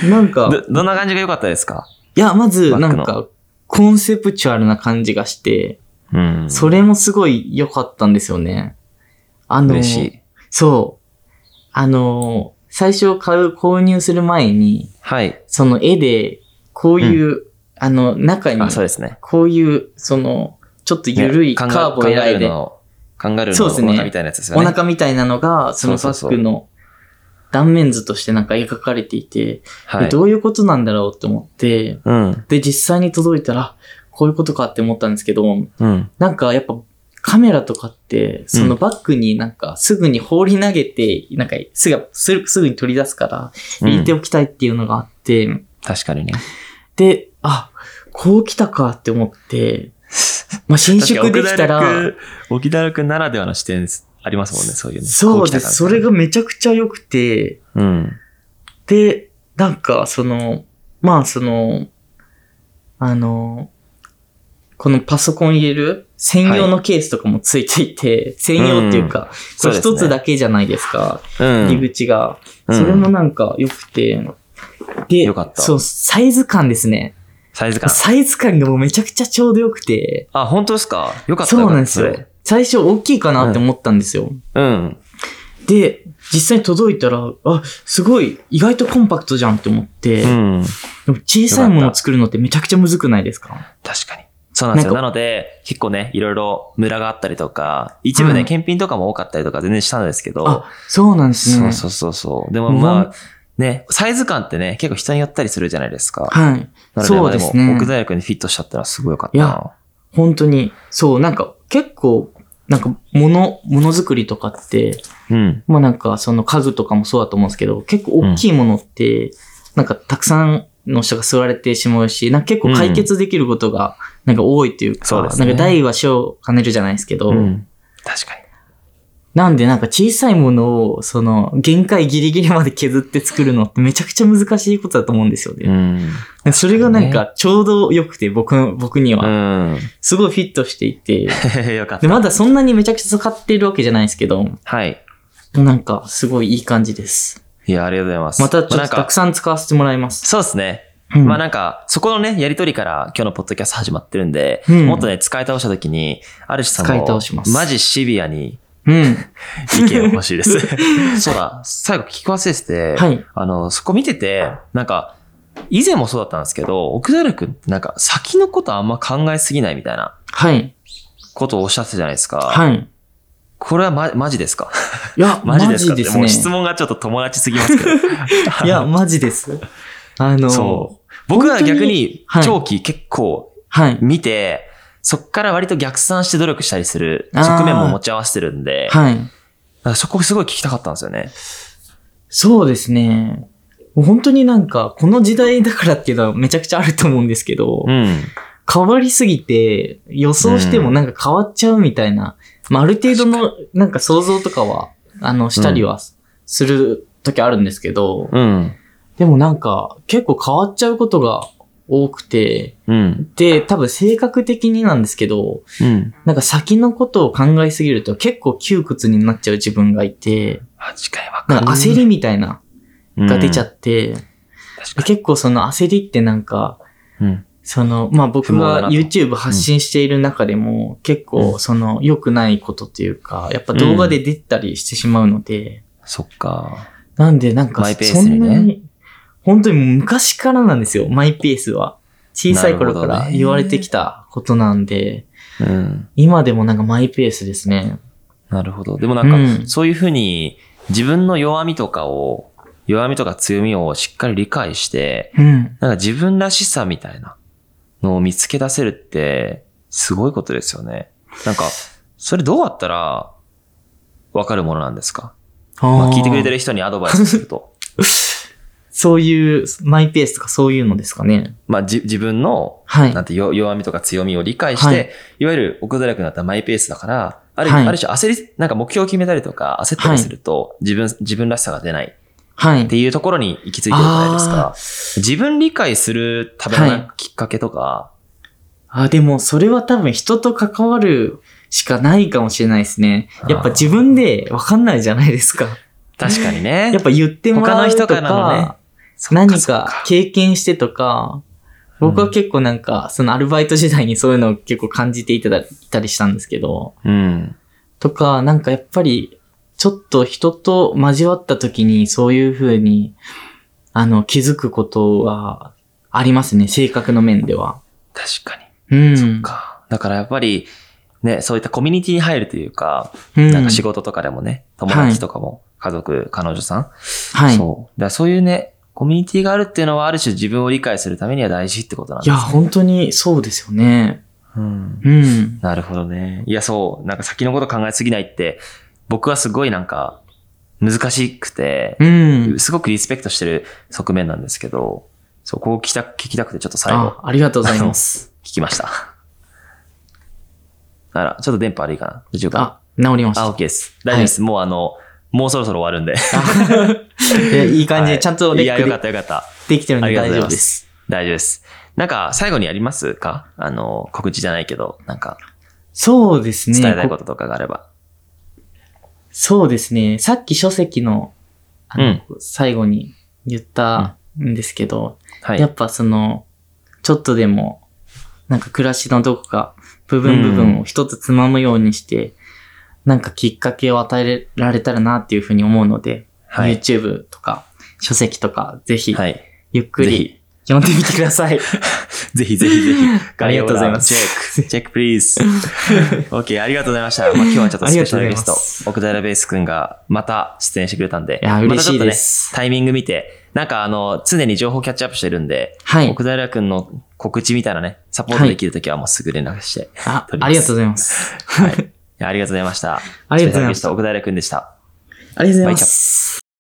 [SPEAKER 2] なんか、
[SPEAKER 1] ど、どんな感じが良かったですか
[SPEAKER 2] いや、まず、
[SPEAKER 1] バッグ
[SPEAKER 2] な
[SPEAKER 1] の
[SPEAKER 2] んか、コンセプチュアルな感じがして、
[SPEAKER 1] うん。
[SPEAKER 2] それもすごい良かったんですよね。あの、
[SPEAKER 1] 嬉しい。
[SPEAKER 2] そう。あの、最初買う、購入する前に、
[SPEAKER 1] はい。
[SPEAKER 2] その絵で、こういう、あの、中に
[SPEAKER 1] あ、、そうですね。
[SPEAKER 2] こういう、その、ちょっと緩い
[SPEAKER 1] ね
[SPEAKER 2] カーボ
[SPEAKER 1] カンガ
[SPEAKER 2] 以
[SPEAKER 1] ルカンガル
[SPEAKER 2] 外
[SPEAKER 1] ー
[SPEAKER 2] で、
[SPEAKER 1] の、カンガルー
[SPEAKER 2] そ
[SPEAKER 1] の
[SPEAKER 2] う
[SPEAKER 1] お
[SPEAKER 2] ですね
[SPEAKER 1] 腹みたいなやつですよ
[SPEAKER 2] お
[SPEAKER 1] ね。
[SPEAKER 2] 腹みたいなのが、そのバ
[SPEAKER 1] そうそうそ
[SPEAKER 2] ッ
[SPEAKER 1] う
[SPEAKER 2] グの断面図としてなんか描かれていて、
[SPEAKER 1] はい。
[SPEAKER 2] どういうことなんだろうって思って、
[SPEAKER 1] うん。
[SPEAKER 2] で、実際に届いたら、あこういうことかって思ったんですけど、
[SPEAKER 1] うん。
[SPEAKER 2] なんかやっぱカメラとかって、そのバッグになんかすぐに放り投げて、なんかすぐすぐすぐに取り出すから、
[SPEAKER 1] うん
[SPEAKER 2] 入れておきたいっていうのがあって、
[SPEAKER 1] 確かにね。
[SPEAKER 2] で、あ、こう来たかって思って、まあ、伸縮できたら、
[SPEAKER 1] 沖田くんならではの視点ありますもんね、そういうね。
[SPEAKER 2] そうです。それ
[SPEAKER 1] が。
[SPEAKER 2] がめちゃくちゃ良くて、
[SPEAKER 1] うん。
[SPEAKER 2] で、なんか、その、まあ、その、あの、このパソコン入れる専用のケースとかもついていて、専用っていうか、こ
[SPEAKER 1] そう
[SPEAKER 2] れ
[SPEAKER 1] ですね
[SPEAKER 2] 一つだけじゃないですか、
[SPEAKER 1] うん。
[SPEAKER 2] 入り口が。
[SPEAKER 1] うん
[SPEAKER 2] それもなんか良くて、で、
[SPEAKER 1] よかった
[SPEAKER 2] そう、サイズ感ですね。
[SPEAKER 1] サイズ感。
[SPEAKER 2] サイズ感がもうめちゃくちゃちょうど良くて、
[SPEAKER 1] あ、本当ですかよかった
[SPEAKER 2] そうなんです。
[SPEAKER 1] よ
[SPEAKER 2] よ
[SPEAKER 1] かった。
[SPEAKER 2] 最初大きいかなって思ったんですよ。
[SPEAKER 1] それうん。
[SPEAKER 2] で、実際に届いたら、あ、すごい、意外とコンパクトじゃんって思って、
[SPEAKER 1] うん。
[SPEAKER 2] でも小さいものを作るのってめちゃくちゃむずくないですか
[SPEAKER 1] 確かに。そうなんですよ。
[SPEAKER 2] な
[SPEAKER 1] なので、結構ね、いろいろムラがあったりとか、一部
[SPEAKER 2] う
[SPEAKER 1] ね、
[SPEAKER 2] ん
[SPEAKER 1] 検品とかも多かったりとか全然したんですけど、
[SPEAKER 2] あ、そうなんです
[SPEAKER 1] そ
[SPEAKER 2] ね。
[SPEAKER 1] うそうそうそう。でも
[SPEAKER 2] うん
[SPEAKER 1] まあ、ね、サイズ感ってね、結構人によったりするじゃないですか。な
[SPEAKER 2] はい。
[SPEAKER 1] ので、
[SPEAKER 2] そうですね
[SPEAKER 1] まあも奥大学にフィットしちゃったらすごいよかった
[SPEAKER 2] い
[SPEAKER 1] な。
[SPEAKER 2] 本当に。そう、なんか結構、なんか物、物作りとかって、
[SPEAKER 1] うん。
[SPEAKER 2] まあなんかその家具とかもそうだと思うんですけど、結構大きいものって、なんかたくさんの人が座られてしまうし、なんか結構解決できることが、なんか多いというか、
[SPEAKER 1] そうですね
[SPEAKER 2] なんか大は小を兼ねるじゃないですけど、
[SPEAKER 1] うん。確かに。
[SPEAKER 2] なんでなんか小さいものを、その、限界ギリギリまで削って作るのってめちゃくちゃ難しいことだと思うんですよ
[SPEAKER 1] う
[SPEAKER 2] ね。
[SPEAKER 1] ん。
[SPEAKER 2] それがなんかちょうど良くて、僕の、僕には。
[SPEAKER 1] うん。
[SPEAKER 2] すごいフィットしていて。
[SPEAKER 1] よかっ
[SPEAKER 2] で、
[SPEAKER 1] た。
[SPEAKER 2] まだそんなにめちゃくちゃ使ってるわけじゃないですけど、
[SPEAKER 1] はい。
[SPEAKER 2] なんかすごいいい感じです。
[SPEAKER 1] いや、ありがとうございます。
[SPEAKER 2] またちょ
[SPEAKER 1] な
[SPEAKER 2] っ
[SPEAKER 1] ん
[SPEAKER 2] と
[SPEAKER 1] か
[SPEAKER 2] たくさん使わせてもらいます。
[SPEAKER 1] そうですね。
[SPEAKER 2] うん
[SPEAKER 1] まあなんか、そこのね、やりとりから今日のポッドキャスト始まってるんで、
[SPEAKER 2] うん
[SPEAKER 1] もっとね、使い倒したときに、ある種さん
[SPEAKER 2] 使い倒
[SPEAKER 1] も
[SPEAKER 2] します、
[SPEAKER 1] マジシビアに
[SPEAKER 2] うん。
[SPEAKER 1] 意見欲しい です。そうだ、最後聞き忘れてて、
[SPEAKER 2] はい
[SPEAKER 1] あの、そこ見てて、なんか、以前もそうだったんですけど、奥平くんってなんか、先のことあんま考えすぎないみたいな
[SPEAKER 2] はい。
[SPEAKER 1] ことをおっしゃってたじゃないですか。
[SPEAKER 2] はい。
[SPEAKER 1] これはま、マジですか
[SPEAKER 2] いや、マ
[SPEAKER 1] マ
[SPEAKER 2] ジ
[SPEAKER 1] ジ
[SPEAKER 2] で
[SPEAKER 1] ですかって、
[SPEAKER 2] す
[SPEAKER 1] も
[SPEAKER 2] ね
[SPEAKER 1] う。質問がちょっと友達すぎますけど。
[SPEAKER 2] いや、マジです。あ の、
[SPEAKER 1] そう。僕は逆に
[SPEAKER 2] 本当にはい
[SPEAKER 1] 長期結構
[SPEAKER 2] はい。
[SPEAKER 1] 見て、そっから割と逆算して努力したりする側面も持ち合わせてるんで、だか
[SPEAKER 2] はい。
[SPEAKER 1] らそこすごい聞きたかったんですよね。
[SPEAKER 2] そうですね。もう本当になんか、この時代だからっていうのはめちゃくちゃあると思うんですけど、
[SPEAKER 1] うん。
[SPEAKER 2] 変わりすぎて予想してもなんか変わっちゃうみたいな、まあ、ある程度のなんか想像とかは、あの、したりはする時あるんですけど、
[SPEAKER 1] うん。
[SPEAKER 2] でもなんか結構変わっちゃうことが多くて、
[SPEAKER 1] うん。
[SPEAKER 2] で、多分性格的になんですけど、
[SPEAKER 1] うん。
[SPEAKER 2] なんか先のことを考えすぎると結構窮屈になっちゃう自分がいて、
[SPEAKER 1] 確かにわ
[SPEAKER 2] なんか焦りみたいな
[SPEAKER 1] り
[SPEAKER 2] が出ちゃ
[SPEAKER 1] て。
[SPEAKER 2] って、
[SPEAKER 1] 確
[SPEAKER 2] で
[SPEAKER 1] か
[SPEAKER 2] 結構その焦りってなんか、
[SPEAKER 1] に。うん。
[SPEAKER 2] その、まあ僕
[SPEAKER 1] 不毛だ
[SPEAKER 2] が
[SPEAKER 1] なと
[SPEAKER 2] YouTube 発信している中でも、結
[SPEAKER 1] う
[SPEAKER 2] 構
[SPEAKER 1] ん
[SPEAKER 2] その良くないことというか、やっぱ動画で出たりしてしまうので、
[SPEAKER 1] そっか。
[SPEAKER 2] なんでなんか
[SPEAKER 1] マイペー
[SPEAKER 2] そ
[SPEAKER 1] スに
[SPEAKER 2] ん
[SPEAKER 1] ね
[SPEAKER 2] なに、本当にもう昔からなんですよ、マイペースは。小さい頃か
[SPEAKER 1] なるほ
[SPEAKER 2] ら
[SPEAKER 1] どね
[SPEAKER 2] 言われてきたことなんで、
[SPEAKER 1] うん。
[SPEAKER 2] 今でもなんかマイペースですね。
[SPEAKER 1] なるほど。でもなんか、
[SPEAKER 2] うん
[SPEAKER 1] そういうふうに自分の弱みとかを弱みとか強みをしっかり理解して、
[SPEAKER 2] うん。
[SPEAKER 1] なんか自分らしさみたいなのを見つけ出せるって、すごいことですよね。なんか、それどうやったら、わかるものなんですかまあ、聞いてくれて
[SPEAKER 2] る。
[SPEAKER 1] る人にアドバイスする と。
[SPEAKER 2] そういう、マイペースとかそういうのですかね。
[SPEAKER 1] まあ、じ自分の、
[SPEAKER 2] はい
[SPEAKER 1] な。んてよ弱みとか強みを理解して、
[SPEAKER 2] はい
[SPEAKER 1] い、わゆる奥づらくなったマイペースだから、ある,、
[SPEAKER 2] はい
[SPEAKER 1] ある種焦り、なんか目標を決めたりとか焦ったりすると、自分、自分らしさが出ない
[SPEAKER 2] はい。
[SPEAKER 1] っていうところに行き着いてるじゃないです
[SPEAKER 2] あ
[SPEAKER 1] か。自分理解するためのなん
[SPEAKER 2] は
[SPEAKER 1] かきっかけとか、
[SPEAKER 2] あ、でもそれは多分人と関わるしかないかもしれないですね。やっぱ自分でわかんないじゃないで すか。
[SPEAKER 1] 確かにね。
[SPEAKER 2] やっぱ言ってもらう
[SPEAKER 1] 他の人
[SPEAKER 2] とか、
[SPEAKER 1] からのねそっ
[SPEAKER 2] 何
[SPEAKER 1] そっ
[SPEAKER 2] か経験してとか、僕は結構なんか、そのアルバイト時代にそういうのを結構感じていただいたりしたんですけど、
[SPEAKER 1] うん。
[SPEAKER 2] とか、なんかやっぱり、ちょっと人と交わった時にそういう風に、あの、気づくことはありますね、性格の面では。
[SPEAKER 1] 確かに。
[SPEAKER 2] うん。
[SPEAKER 1] かだからやっぱり、ね、そういったコミュニティに入るというか、
[SPEAKER 2] うん。
[SPEAKER 1] なんか仕事とかでもね、友達とかも、家族、彼女さん。
[SPEAKER 2] はい。
[SPEAKER 1] そう。だからそういうね、コミュニティがあるっていうのはある種自分を理解するためには大事ってことなん
[SPEAKER 2] い
[SPEAKER 1] で
[SPEAKER 2] や、
[SPEAKER 1] すね。
[SPEAKER 2] 本当にそうですよね。
[SPEAKER 1] うん。
[SPEAKER 2] うん。
[SPEAKER 1] なるほどね。いや、そう。なんか先のこと考えすぎないって、僕はすごいなんか、難しくて
[SPEAKER 2] う、ん。
[SPEAKER 1] すごくリスペクトしてる側面なんですけど、そこを聞きた聞きたくてちょっと最後
[SPEAKER 2] あ、ありがとうございます。
[SPEAKER 1] 聞きました。あら、ちょっと電波悪いかな大丈夫か
[SPEAKER 2] あ、治りまし
[SPEAKER 1] なあ、
[SPEAKER 2] た。
[SPEAKER 1] OK です。大丈夫です。もうあの、もうそろそろ終わるんで。
[SPEAKER 2] でいい感じ
[SPEAKER 1] は
[SPEAKER 2] で、
[SPEAKER 1] い
[SPEAKER 2] ちゃんと
[SPEAKER 1] い
[SPEAKER 2] レ
[SPEAKER 1] や、
[SPEAKER 2] ック
[SPEAKER 1] よ
[SPEAKER 2] で
[SPEAKER 1] かったよかった。
[SPEAKER 2] できてるん
[SPEAKER 1] あ
[SPEAKER 2] で
[SPEAKER 1] りがと
[SPEAKER 2] 大
[SPEAKER 1] うござい
[SPEAKER 2] 丈夫
[SPEAKER 1] ます
[SPEAKER 2] です。
[SPEAKER 1] 大丈夫です。なんか、最後にありますかあの、告知じゃないけど、なんか、
[SPEAKER 2] そうですね。
[SPEAKER 1] 伝えたいこ
[SPEAKER 2] こと
[SPEAKER 1] ととかがあれば。
[SPEAKER 2] そうですね。さっき書籍の、あの
[SPEAKER 1] うん
[SPEAKER 2] 最後に言ったんですけど、
[SPEAKER 1] はい。
[SPEAKER 2] やっぱその、ちょっとでも、なんか暮らしのどこか、部分部分を一つつまむようにして、なんかきっかけを与えられたらなっていうふうに思うので、
[SPEAKER 1] はい。
[SPEAKER 2] YouTube とか、書籍とか、ぜひ、
[SPEAKER 1] はい。
[SPEAKER 2] ゆっく
[SPEAKER 1] ぜ
[SPEAKER 2] り
[SPEAKER 1] ひ、
[SPEAKER 2] 読んでみてください。
[SPEAKER 1] ぜひぜひぜひ。
[SPEAKER 2] ありがとうございま
[SPEAKER 1] チ
[SPEAKER 2] す
[SPEAKER 1] ェック、チェックプリーズ。OK、ありが とうございました。まあ、今日はちょっとスペシャルゲス
[SPEAKER 2] ありがとうございます
[SPEAKER 1] ト、奥平ベース君がまた出演してくれたんで、
[SPEAKER 2] いや
[SPEAKER 1] またちょっと
[SPEAKER 2] 嬉しいで
[SPEAKER 1] ね、
[SPEAKER 2] す
[SPEAKER 1] タイミング見て、なんかあの、常に情報キャッチアップしてるんで、
[SPEAKER 2] はい。
[SPEAKER 1] 奥平君の告知みたいなね、サポートできるときはもうすぐ連絡して。
[SPEAKER 2] あ
[SPEAKER 1] 撮ります
[SPEAKER 2] ありがとうございます。
[SPEAKER 1] はい。いやありがとうございました。
[SPEAKER 2] ありがとうご
[SPEAKER 1] スペシャ
[SPEAKER 2] ざいました
[SPEAKER 1] ルゲスト、奥平君でした。
[SPEAKER 2] ありがとうご
[SPEAKER 1] ざ
[SPEAKER 2] ざ
[SPEAKER 1] い
[SPEAKER 2] い
[SPEAKER 1] ま
[SPEAKER 2] ますす。